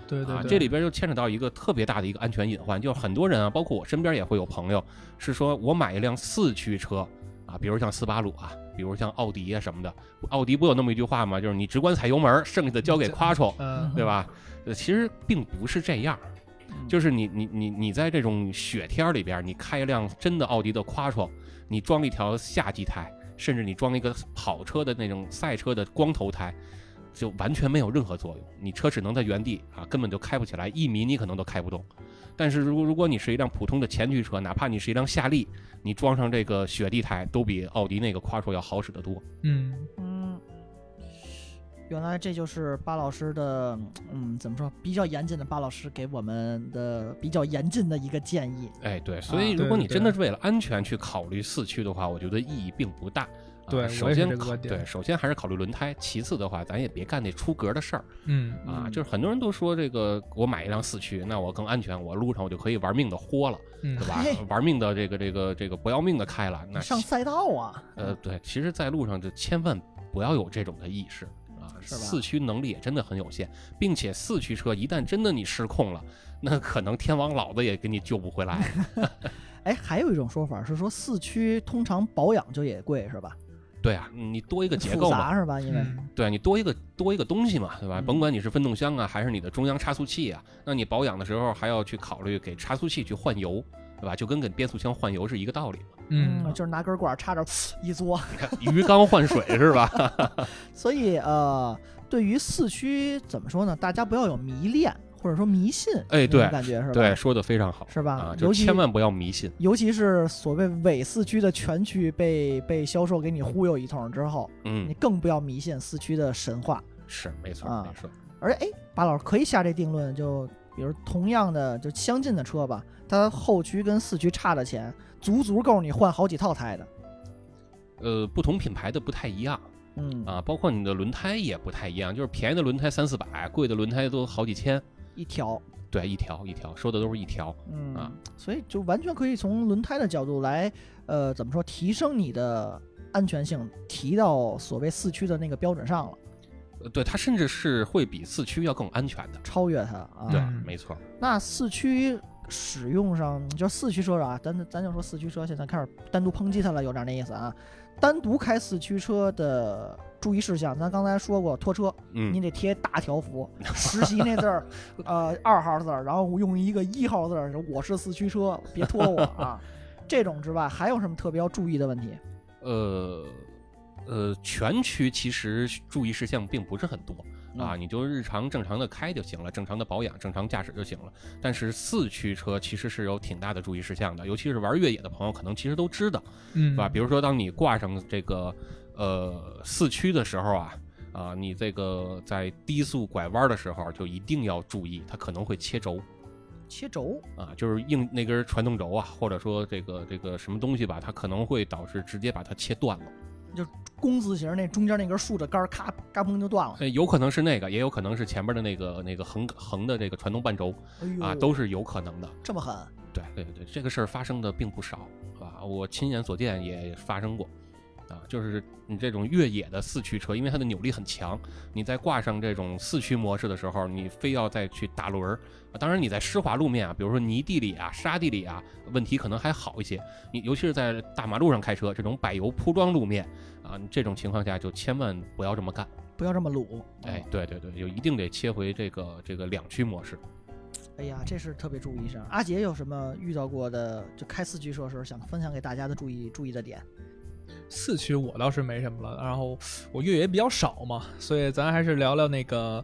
Speaker 7: 对对
Speaker 6: 啊。
Speaker 7: 对，嗯
Speaker 6: 这里边就牵扯到一个特别大的一个安全隐患，就是很多人啊，包括我身边也会有朋友是说我买一辆四驱车。啊，比如像斯巴鲁啊，比如像奥迪啊什么的，奥迪不有那么一句话吗？就是你只管踩油门，剩下的交给
Speaker 7: 这
Speaker 6: 夸宠，
Speaker 7: 嗯
Speaker 6: 对吧？呃，其实并不是这样，
Speaker 4: 嗯
Speaker 6: 就是你你你你在这种雪天儿里边儿，你开一辆真的奥迪的 Quattro，你装一条夏季胎，甚至你装一个跑车的那种赛车的光头胎，就完全没有任何作用。你车只能在原地啊，根本就开不起来，一米你可能都开不动。但是如果如果你是一辆普通的前驱车，哪怕你是一辆夏利，你装上这个雪地胎，都比奥迪那个 Quattro 要好使得多。
Speaker 7: 嗯
Speaker 4: 嗯，原来这就是巴老师的，嗯，怎么说，比较严谨的巴老师给我们的比较严谨的一个建议。
Speaker 6: 哎，对，所以
Speaker 7: 啊
Speaker 6: 如果
Speaker 7: 对
Speaker 6: 你
Speaker 7: 对
Speaker 6: 真的是为了安全去考虑四驱的话，我觉得意义并不大。啊
Speaker 7: 对我也是
Speaker 6: 首
Speaker 7: 这
Speaker 6: 先
Speaker 7: 个
Speaker 6: 考
Speaker 7: 观点
Speaker 6: 对，首先还是考虑轮胎，其次的话，咱也别干那出格的事儿
Speaker 7: 嗯
Speaker 6: 啊。
Speaker 4: 嗯
Speaker 6: 就是很多人都说这个，我买一辆四驱，那我更安全，我路上我就可以玩命的豁了，
Speaker 7: 嗯
Speaker 6: 对吧
Speaker 4: 嘿？
Speaker 6: 玩命的这个这个这个不要命的开了，那
Speaker 4: 上
Speaker 6: 其
Speaker 4: 赛道啊，
Speaker 6: 呃对，其实，在路上就千万不要有这种的意识啊。
Speaker 4: 是吧
Speaker 6: 四驱能力也真的很有限，并且四驱车一旦真的你失控了，那可能天王老子也给你救不回来。
Speaker 4: 哎，还有一种说法是说四驱通常保养就也贵是吧？
Speaker 6: 对啊，你多一个结
Speaker 4: 复
Speaker 6: 构嘛
Speaker 4: 杂，是吧？因为、
Speaker 7: 嗯
Speaker 6: 对啊你多一个多一个东西嘛，对吧？
Speaker 4: 嗯
Speaker 6: 甭管你是分动箱啊，还是你的中央差速器啊，那你保养的时候还要去考虑给差速器去换油，对吧？就跟给变速箱换油是一个道理嘛，
Speaker 7: 嗯
Speaker 4: 就是拿根管插着 一嘬，
Speaker 6: 鱼缸换水是吧？
Speaker 4: 所以呃，对于四驱怎么说呢？大家不要有迷恋或者说迷信，
Speaker 6: 哎对
Speaker 4: 感觉是吧？
Speaker 6: 对，，说的非常好，
Speaker 4: 是吧
Speaker 6: 啊，
Speaker 4: 尤
Speaker 6: 就
Speaker 4: 其
Speaker 6: 千万不要迷信。
Speaker 4: 尤其是所谓伪四驱的全驱被被销售给你忽悠一通之后，你
Speaker 6: 嗯，
Speaker 4: 更不要迷信四驱的神话。
Speaker 6: 是没错
Speaker 4: 啊
Speaker 6: 没错。
Speaker 4: 而哎，巴老师可以下这定论，就比如同样的就相近的车吧，它后驱跟四驱差的钱，足足够你换好几套胎的。
Speaker 6: 呃，不同品牌的不太一样
Speaker 4: 嗯，
Speaker 6: 啊，包括你的轮胎也不太一样，就是便宜的轮胎三四百，贵的轮胎都好几千。
Speaker 4: 一条。
Speaker 6: 对，一条一条，说的都是一条。
Speaker 4: 嗯
Speaker 6: 啊，
Speaker 4: 所以就完全可以从轮胎的角度来，呃，怎么说，提升你的安全性，提到所谓四驱的那个标准上了，
Speaker 6: 呃对，它甚至是会比四驱要更安全的。
Speaker 4: 超越它啊。
Speaker 6: 对
Speaker 7: 嗯，
Speaker 6: 没错。
Speaker 4: 那四驱使用上，就四驱车啊，咱咱就说四驱车现在开始单独抨击它了，有点那意思啊。单独开四驱车的注意事项，咱刚才说过，拖车你
Speaker 6: 嗯，
Speaker 4: 得贴大条幅，实习那字儿，呃，二号字儿，然后用一个一号字儿，我是四驱车，别拖我啊。这种之外，还有什么特别要注意的问题？
Speaker 6: 呃呃，全区其实注意事项并不是很多
Speaker 7: 嗯
Speaker 6: 啊，你就日常正常的开就行了，正常的保养、正常驾驶就行了。但是四驱车其实是有挺大的注意事项的，尤其是玩越野的朋友可能其实都知道。
Speaker 7: 嗯
Speaker 6: 是吧？比如说，当你挂上这个呃四驱的时候啊，啊、你这个在低速拐弯的时候就一定要注意，它可能会切轴
Speaker 4: 切轴，
Speaker 6: 啊，就是硬那根传动轴啊，或者说这个这个什么东西吧，它可能会导致直接把它切断了。
Speaker 4: 工字形那中间那根竖着杆儿，咔嘎嘣就断了。
Speaker 6: 呃，有可能是那个，也有可能是前面的那个那个横横的这个传动半轴
Speaker 4: 哎呦，
Speaker 6: 啊，都是有可能的。
Speaker 4: 这么狠。
Speaker 6: 对对对，这个事儿发生的并不少啊，我亲眼所见也发生过。啊，就是你这种越野的四驱车，因为它的扭力很强，你在挂上这种四驱模式的时候，你非要再去打轮儿、啊当然，你在湿滑路面啊，比如说泥地里啊、沙地里啊，问题可能还好一些。你尤其是在大马路上开车，这种柏油铺装路面啊，你这种情况下就千万不要这么干。
Speaker 4: 不要这么鲁。
Speaker 6: 哎，对对对，就一定得切回这个这个两驱模式。
Speaker 4: 哎呀，这是特别注意上。阿杰有什么遇到过的，就开四驱车时候想分享给大家的注意注意的点？
Speaker 7: 四驱我倒是没什么了，然后我越野比较少嘛，所以咱还是聊聊那个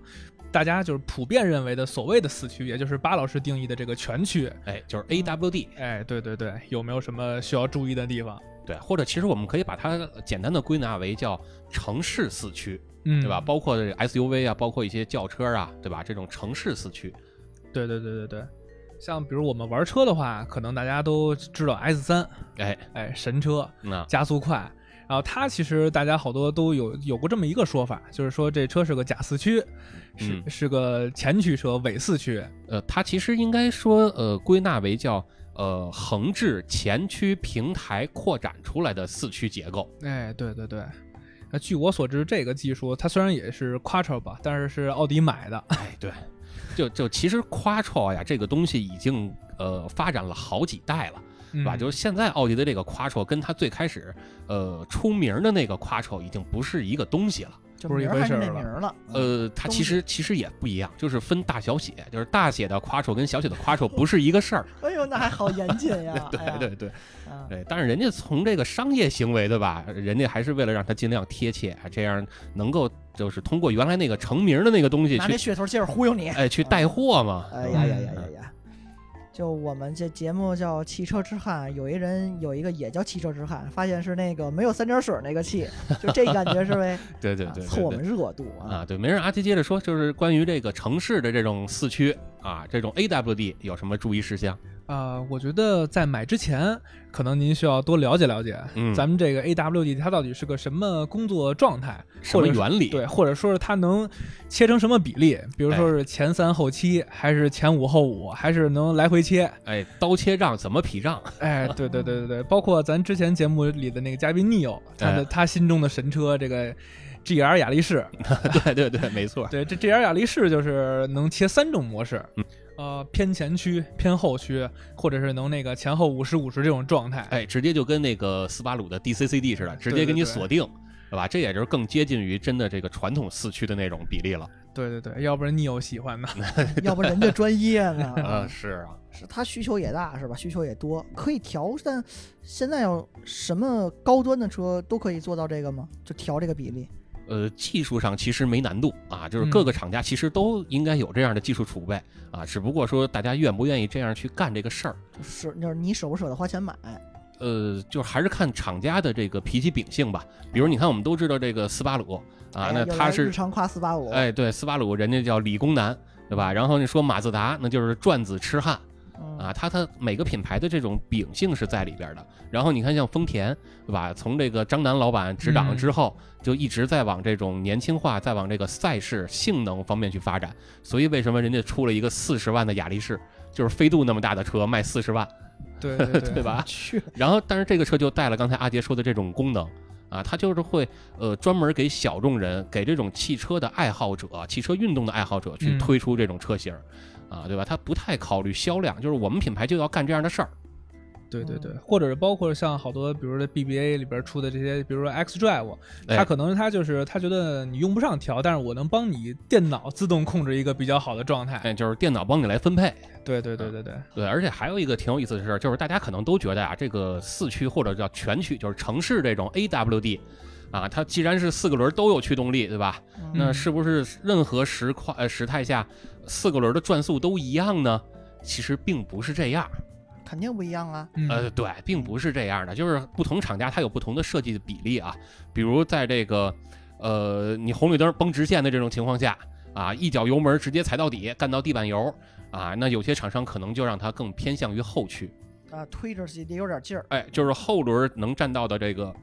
Speaker 7: 大家就是普遍认为的所谓的四驱，也就是巴老师定义的这个全驱。
Speaker 6: 哎，就是 A W D，
Speaker 7: 哎，对对对，有没有什么需要注意的地方？
Speaker 6: 对，或者其实我们可以把它简单的归纳为叫城市四驱，
Speaker 7: 嗯，
Speaker 6: 对吧？？包括 SUV 啊，包括一些轿车啊，对吧？这种城市四驱，
Speaker 7: 对对对对对，像比如我们玩车的话，可能大家都知道 S 三，
Speaker 6: 哎，
Speaker 7: 哎，神车，
Speaker 6: 那
Speaker 7: 加速快。然后它其实大家好多都有有过这么一个说法，就是说这车是个假四驱，是、
Speaker 6: 嗯
Speaker 7: 是个前驱车伪四驱。
Speaker 6: 呃，它其实应该说呃归纳为叫呃横置前驱平台扩展出来的四驱结构。
Speaker 7: 哎，对对对。那据我所知，这个技术它虽然也是 Quattro 吧，但是是奥迪 买的。
Speaker 6: 哎，对，就就其实 Quattro 呀，这个东西已经呃发展了好几代了。
Speaker 7: 嗯
Speaker 6: 对吧？就是现在奥迪的这个 Quattro 跟它最开始，呃，出名的那个 Quattro 已经不是一个东西了。
Speaker 4: 就
Speaker 7: 不是一
Speaker 4: 名
Speaker 7: 回
Speaker 4: 儿还是
Speaker 7: 事儿
Speaker 4: 那
Speaker 7: 了
Speaker 4: 名儿了。嗯
Speaker 6: 呃，它
Speaker 4: 东
Speaker 6: 其
Speaker 4: 西
Speaker 6: 实其实也不一样，就是分大小写，就是大写的 Quattro 跟小写的 Quattro 不是一个事儿。
Speaker 4: 哎呦，那还好严谨呀！哎呀
Speaker 6: 对对对
Speaker 4: 啊
Speaker 6: 对，但是人家从这个商业行为，对吧？人家还是为了让它尽量贴切，这样能够就是通过原来那个成名的那个东西
Speaker 4: 拿那
Speaker 6: 去，
Speaker 4: 噱头接着忽悠 你。
Speaker 6: 哎，去带货嘛。
Speaker 4: 哎呀呀呀呀呀！就我们这节目叫《汽车之汉》，有一人有一个也叫《汽车之汉》，发现是那个没有三点水儿那个汽，就这感 觉是呗，
Speaker 6: 对对
Speaker 4: 啊
Speaker 6: 对，对
Speaker 4: 蹭我
Speaker 6: 对
Speaker 4: 们热度啊。
Speaker 6: 啊，对，没事，阿杰接着说，就是关于这个城市的这种四驱啊，这种 AWD 有什么注意事项？
Speaker 7: 呃，我觉得在买之前，可能您需要多了解了解，
Speaker 6: 嗯
Speaker 7: 咱们这个 AWD 它到底是个什么工作状态，
Speaker 6: 什么
Speaker 7: 或者是
Speaker 6: 原理？
Speaker 7: 对，或者说是它能切成什么比例，比
Speaker 6: 哎
Speaker 7: 如说是前三后七，还是前五后五，还是能来回切？
Speaker 6: 哎，刀切让怎么劈让？
Speaker 7: 哎，对对对对对，包括咱之前节目里的那个嘉宾 Neo，他的、
Speaker 6: 哎啊
Speaker 7: 他心中的神车这个 GR 雅力士，
Speaker 6: 对对对，没错。
Speaker 7: 对，这 GR 雅力士就是能切三种模式，
Speaker 6: 嗯
Speaker 7: 呃，偏前驱、偏后驱，或者是能那个前后五十五十这种状态。
Speaker 6: 哎，直接就跟那个斯巴鲁的 DCCD 似的，直
Speaker 7: 对
Speaker 6: 接给你
Speaker 7: 对
Speaker 6: 锁定，对吧？这也就是更接近于真的这个传统四驱的那种比例了。
Speaker 7: 对对对，要不然你有喜欢的。
Speaker 6: 嗯
Speaker 4: 要不人家专业 呢？啊
Speaker 6: 啊，是啊，
Speaker 4: 是它需求也大是吧？需求也多，可以调。但现在有什么高端的车都可以做到这个吗？就调这个比例？
Speaker 6: 呃，技术上其实没难度啊，就是各个厂家其实都应该有这样的技术储备啊，只不过说大家愿不愿意这样去干这个事儿，
Speaker 4: 就是就是你舍不舍得花钱买？
Speaker 6: 呃，就是还是看厂家的这个脾气秉性吧。比如你看，我们都知道这个斯巴鲁啊，
Speaker 4: 哎
Speaker 6: 那
Speaker 4: 有
Speaker 6: 他
Speaker 4: 人
Speaker 6: 是
Speaker 4: 日常夸四八五，
Speaker 6: 哎，对，斯巴鲁人家叫理工男，对吧？然后你说马自达，那就是转子痴汉。
Speaker 4: 嗯
Speaker 6: 啊，它它每个品牌的这种秉性是在里边的。然后你看，像丰田，对吧？从这个张楠老板执掌了之后，就一直在往这种年轻化，在往这个赛事性能方面去发展。所以为什么人家出了一个四十万的雅力士，就是飞度那么大的车卖四十万，
Speaker 7: 对对对
Speaker 6: 对？吧？
Speaker 4: 去
Speaker 6: 然后，但是这个车就带了刚才阿杰说的这种功能啊，它就是会呃专门给小众人、给这种汽车的爱好者、汽车运动的爱好者去
Speaker 7: 嗯
Speaker 6: 推出这种车型儿，啊，对吧？它不太考虑销量，就是我们品牌就要干这样的事儿。
Speaker 7: 对对对，或者是包括像好多，比如说 BBA 里边出的这些，比如说 X Drive，
Speaker 6: 哎
Speaker 7: 它可能它就是它觉得你用不上调，但是我能帮你电脑自动控制一个比较好的状态。
Speaker 6: 哎，就是电脑帮你来分配。
Speaker 7: 对对对对对，
Speaker 6: 对，而且还有一个挺有意思的事儿，就是大家可能都觉得啊，这个四驱或者叫全驱，就是城市这种 AWD，啊，它既然是四个轮儿都有驱动力，对吧？那
Speaker 7: 嗯
Speaker 6: 是不是任何时况呃时态下，四个轮儿的转速都一样呢？其实并不是这样，
Speaker 4: 肯定不一样啊。
Speaker 7: 嗯
Speaker 6: 呃，对，并不是这样的，就是不同厂家它有不同的设计的比例啊。比如在这个，呃，你红绿灯绷直线的这种情况下啊，一脚油门直接踩到底，干到地板油啊，那有些厂商可能就让它更偏向于后驱，
Speaker 4: 啊，推着也得有点劲儿，
Speaker 6: 哎，就是后轮能占到的这个，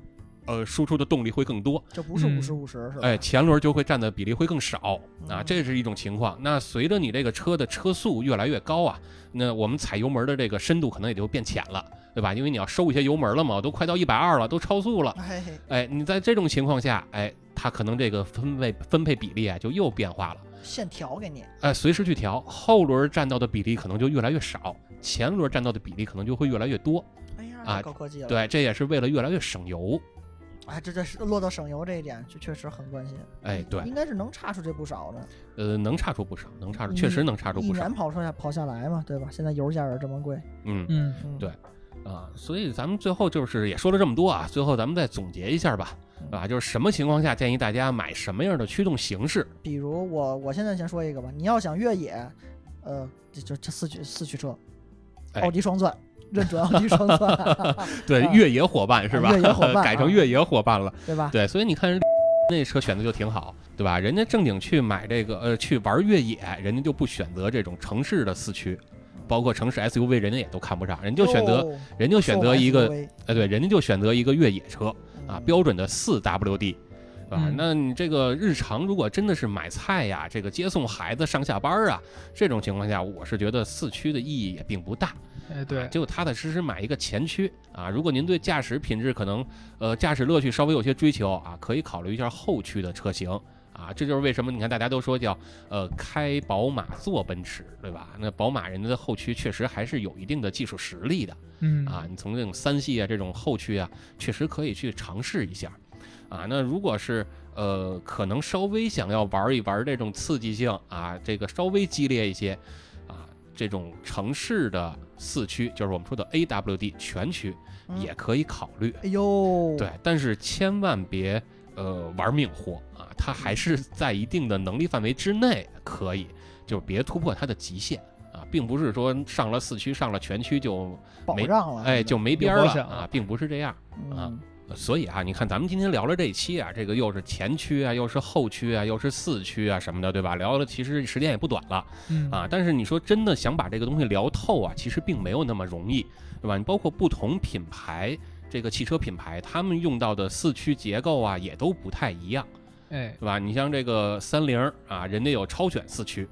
Speaker 6: 呃，输出的动力会更多，
Speaker 4: 这不是五
Speaker 7: 嗯
Speaker 4: 十五十是吧？
Speaker 6: 哎，前轮就会占的比例会更少啊，
Speaker 4: 嗯
Speaker 6: 这是一种情况。那随着你这个车的车速越来越高啊，那我们踩油门的这个深度可能也就变浅了，对吧？因为你要收一些油门了嘛，都快到一百二了，都超速了，
Speaker 4: 哎，嘿
Speaker 6: 哎，你在这种情况下，哎，它可能这个分配分配比例啊就又变化了，
Speaker 4: 现调给你，
Speaker 6: 哎，随时去调，后轮占到的比例可能就越来越少，前轮占到的比例可能就会越来越多，
Speaker 4: 哎呀，
Speaker 6: 啊
Speaker 4: 高科技了。，
Speaker 6: 对，这也是为了越来越省油，
Speaker 4: 哎，这这是落到省油这一点，这确实很关心。
Speaker 6: 哎，对。
Speaker 4: 应该是能差出这不少的，
Speaker 6: 呃，能差出不少，能差出，
Speaker 4: 嗯
Speaker 6: 确实能差出
Speaker 4: 一
Speaker 6: 不少
Speaker 4: 年，跑出来跑下来嘛，对吧？现在油价也这么贵，
Speaker 6: 嗯
Speaker 7: 嗯
Speaker 4: 嗯，
Speaker 6: 对啊，所以咱们最后就是也说了这么多啊，最后咱们再总结一下吧，
Speaker 4: 嗯
Speaker 6: 啊，就是什么情况下建议大家买什么样的驱动形式？
Speaker 4: 比如我我现在先说一个吧，你要想越野，呃，这就这四驱四驱车，
Speaker 6: 哎
Speaker 4: 奥迪双钻，认准奥迪双钻，
Speaker 6: 对，
Speaker 4: 啊
Speaker 6: 越野伙伴是吧？
Speaker 4: 啊越野伙 伴
Speaker 6: 改成
Speaker 4: 啊
Speaker 6: 越野伙伴了。
Speaker 4: 对吧？
Speaker 6: 对，所以你看人那车选的就挺好，对吧？人家正经去买这个呃去玩越野，人家就不选择这种城市的四驱，包括城市 SUV，人家也都看不上，人就选择
Speaker 4: 哦
Speaker 6: 人就选择一
Speaker 4: 售
Speaker 6: 个
Speaker 4: 卖 SUV
Speaker 6: 哎对，人家就选择一个越野车。啊，
Speaker 4: 嗯
Speaker 6: 标准的四 WD，对吧？
Speaker 7: 嗯
Speaker 6: 那你这个日常如果真的是买菜呀，这个接送孩子上下班儿啊，这种情况下，我是觉得四驱的意义也并不大，
Speaker 7: 哎对，
Speaker 6: 就踏踏实实买一个前驱啊。如果您对驾驶品质可能呃驾驶乐趣稍微有些追求啊，可以考虑一下后驱的车型。啊，这就是为什么你看大家都说叫呃开宝马坐奔驰，对吧？那宝马人家的后驱确实还是有一定的技术实力的，
Speaker 7: 嗯
Speaker 6: 啊，你从这种三系啊这种后驱啊，确实可以去尝试一下。啊，那如果是呃，可能稍微想要玩一玩这种刺激性啊，这个稍微激烈一些啊，这种城市的四驱，就是我们说的 AWD 全驱，
Speaker 4: 嗯
Speaker 6: 也可以考虑。
Speaker 4: 哎呦，
Speaker 6: 对，但是千万别呃玩命货啊，它还是在一定的能力范围之内可以，就是别突破它的极限啊，并不是说上了四驱上了全驱就
Speaker 4: 保
Speaker 6: 没
Speaker 4: 障了，
Speaker 6: 哎，就没边
Speaker 7: 啊有
Speaker 6: 儿了
Speaker 7: 波响
Speaker 6: 啊
Speaker 7: 了，
Speaker 6: 并不是这样。啊
Speaker 4: 嗯，
Speaker 6: 所以啊，你看咱们今天聊了这一期啊，这个又是前驱啊，又是后驱啊，又是四驱啊什么的，对吧？聊的其实时间也不短了
Speaker 7: 嗯
Speaker 6: 啊。但是你说真的想把这个东西聊透啊，其实并没有那么容易，对吧？你包括不同品牌这个汽车品牌，他们用到的四驱结构啊，也都不太一样。
Speaker 7: 哎
Speaker 6: 对吧？你像这个三菱啊，人家有超选四驱，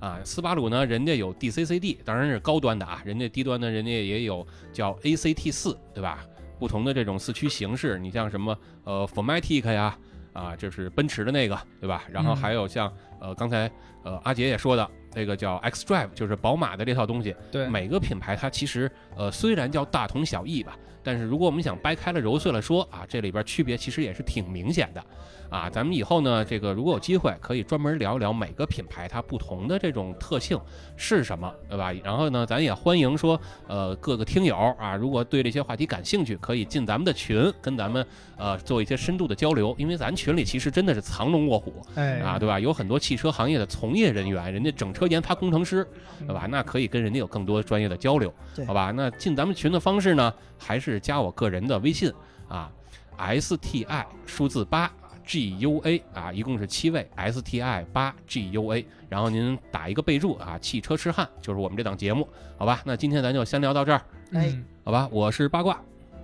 Speaker 6: 啊，斯巴鲁呢，人家有 DCCD，当然是高端的啊，人家低端的人家也有叫 ACT 四，对吧？不同的这种四驱形式，你像什么呃 Formatic 呀，啊，这是奔驰的那个，对吧？然后
Speaker 7: 嗯
Speaker 6: 还有像呃刚才呃阿杰也说的。这个叫 X Drive，就是宝马的这套东西。
Speaker 7: 对，
Speaker 6: 每个品牌它其实呃虽然叫大同小异吧，但是如果我们想掰开了揉碎了说啊，这里边区别其实也是挺明显的啊。咱们以后呢，这个如果有机会，可以专门聊一聊每个品牌它不同的这种特性是什么，对吧？然后呢，咱也欢迎说呃各个听友啊，如果对这些话题感兴趣，可以进咱们的群，跟咱们呃做一些深度的交流，因为咱群里其实真的是藏龙卧虎，
Speaker 7: 哎
Speaker 6: 啊，对吧？有很多汽车行业的从业人员，人家整车研发工程师，对吧？那可以跟人家有更多专业的交流
Speaker 4: 对，
Speaker 6: 好吧？那进咱们群的方式呢，还是加我个人的微信啊，S T I 数字八 G U A 啊，一共是七位 S T I 八 G U A，然后您打一个备注啊，汽车痴汉就是我们这档节目，好吧？那今天咱就先聊到这儿，
Speaker 4: 哎
Speaker 7: 嗯
Speaker 6: 好吧？我是八卦，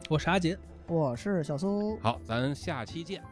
Speaker 7: 我是阿杰。
Speaker 4: 我是小苏，
Speaker 6: 好，咱下期见，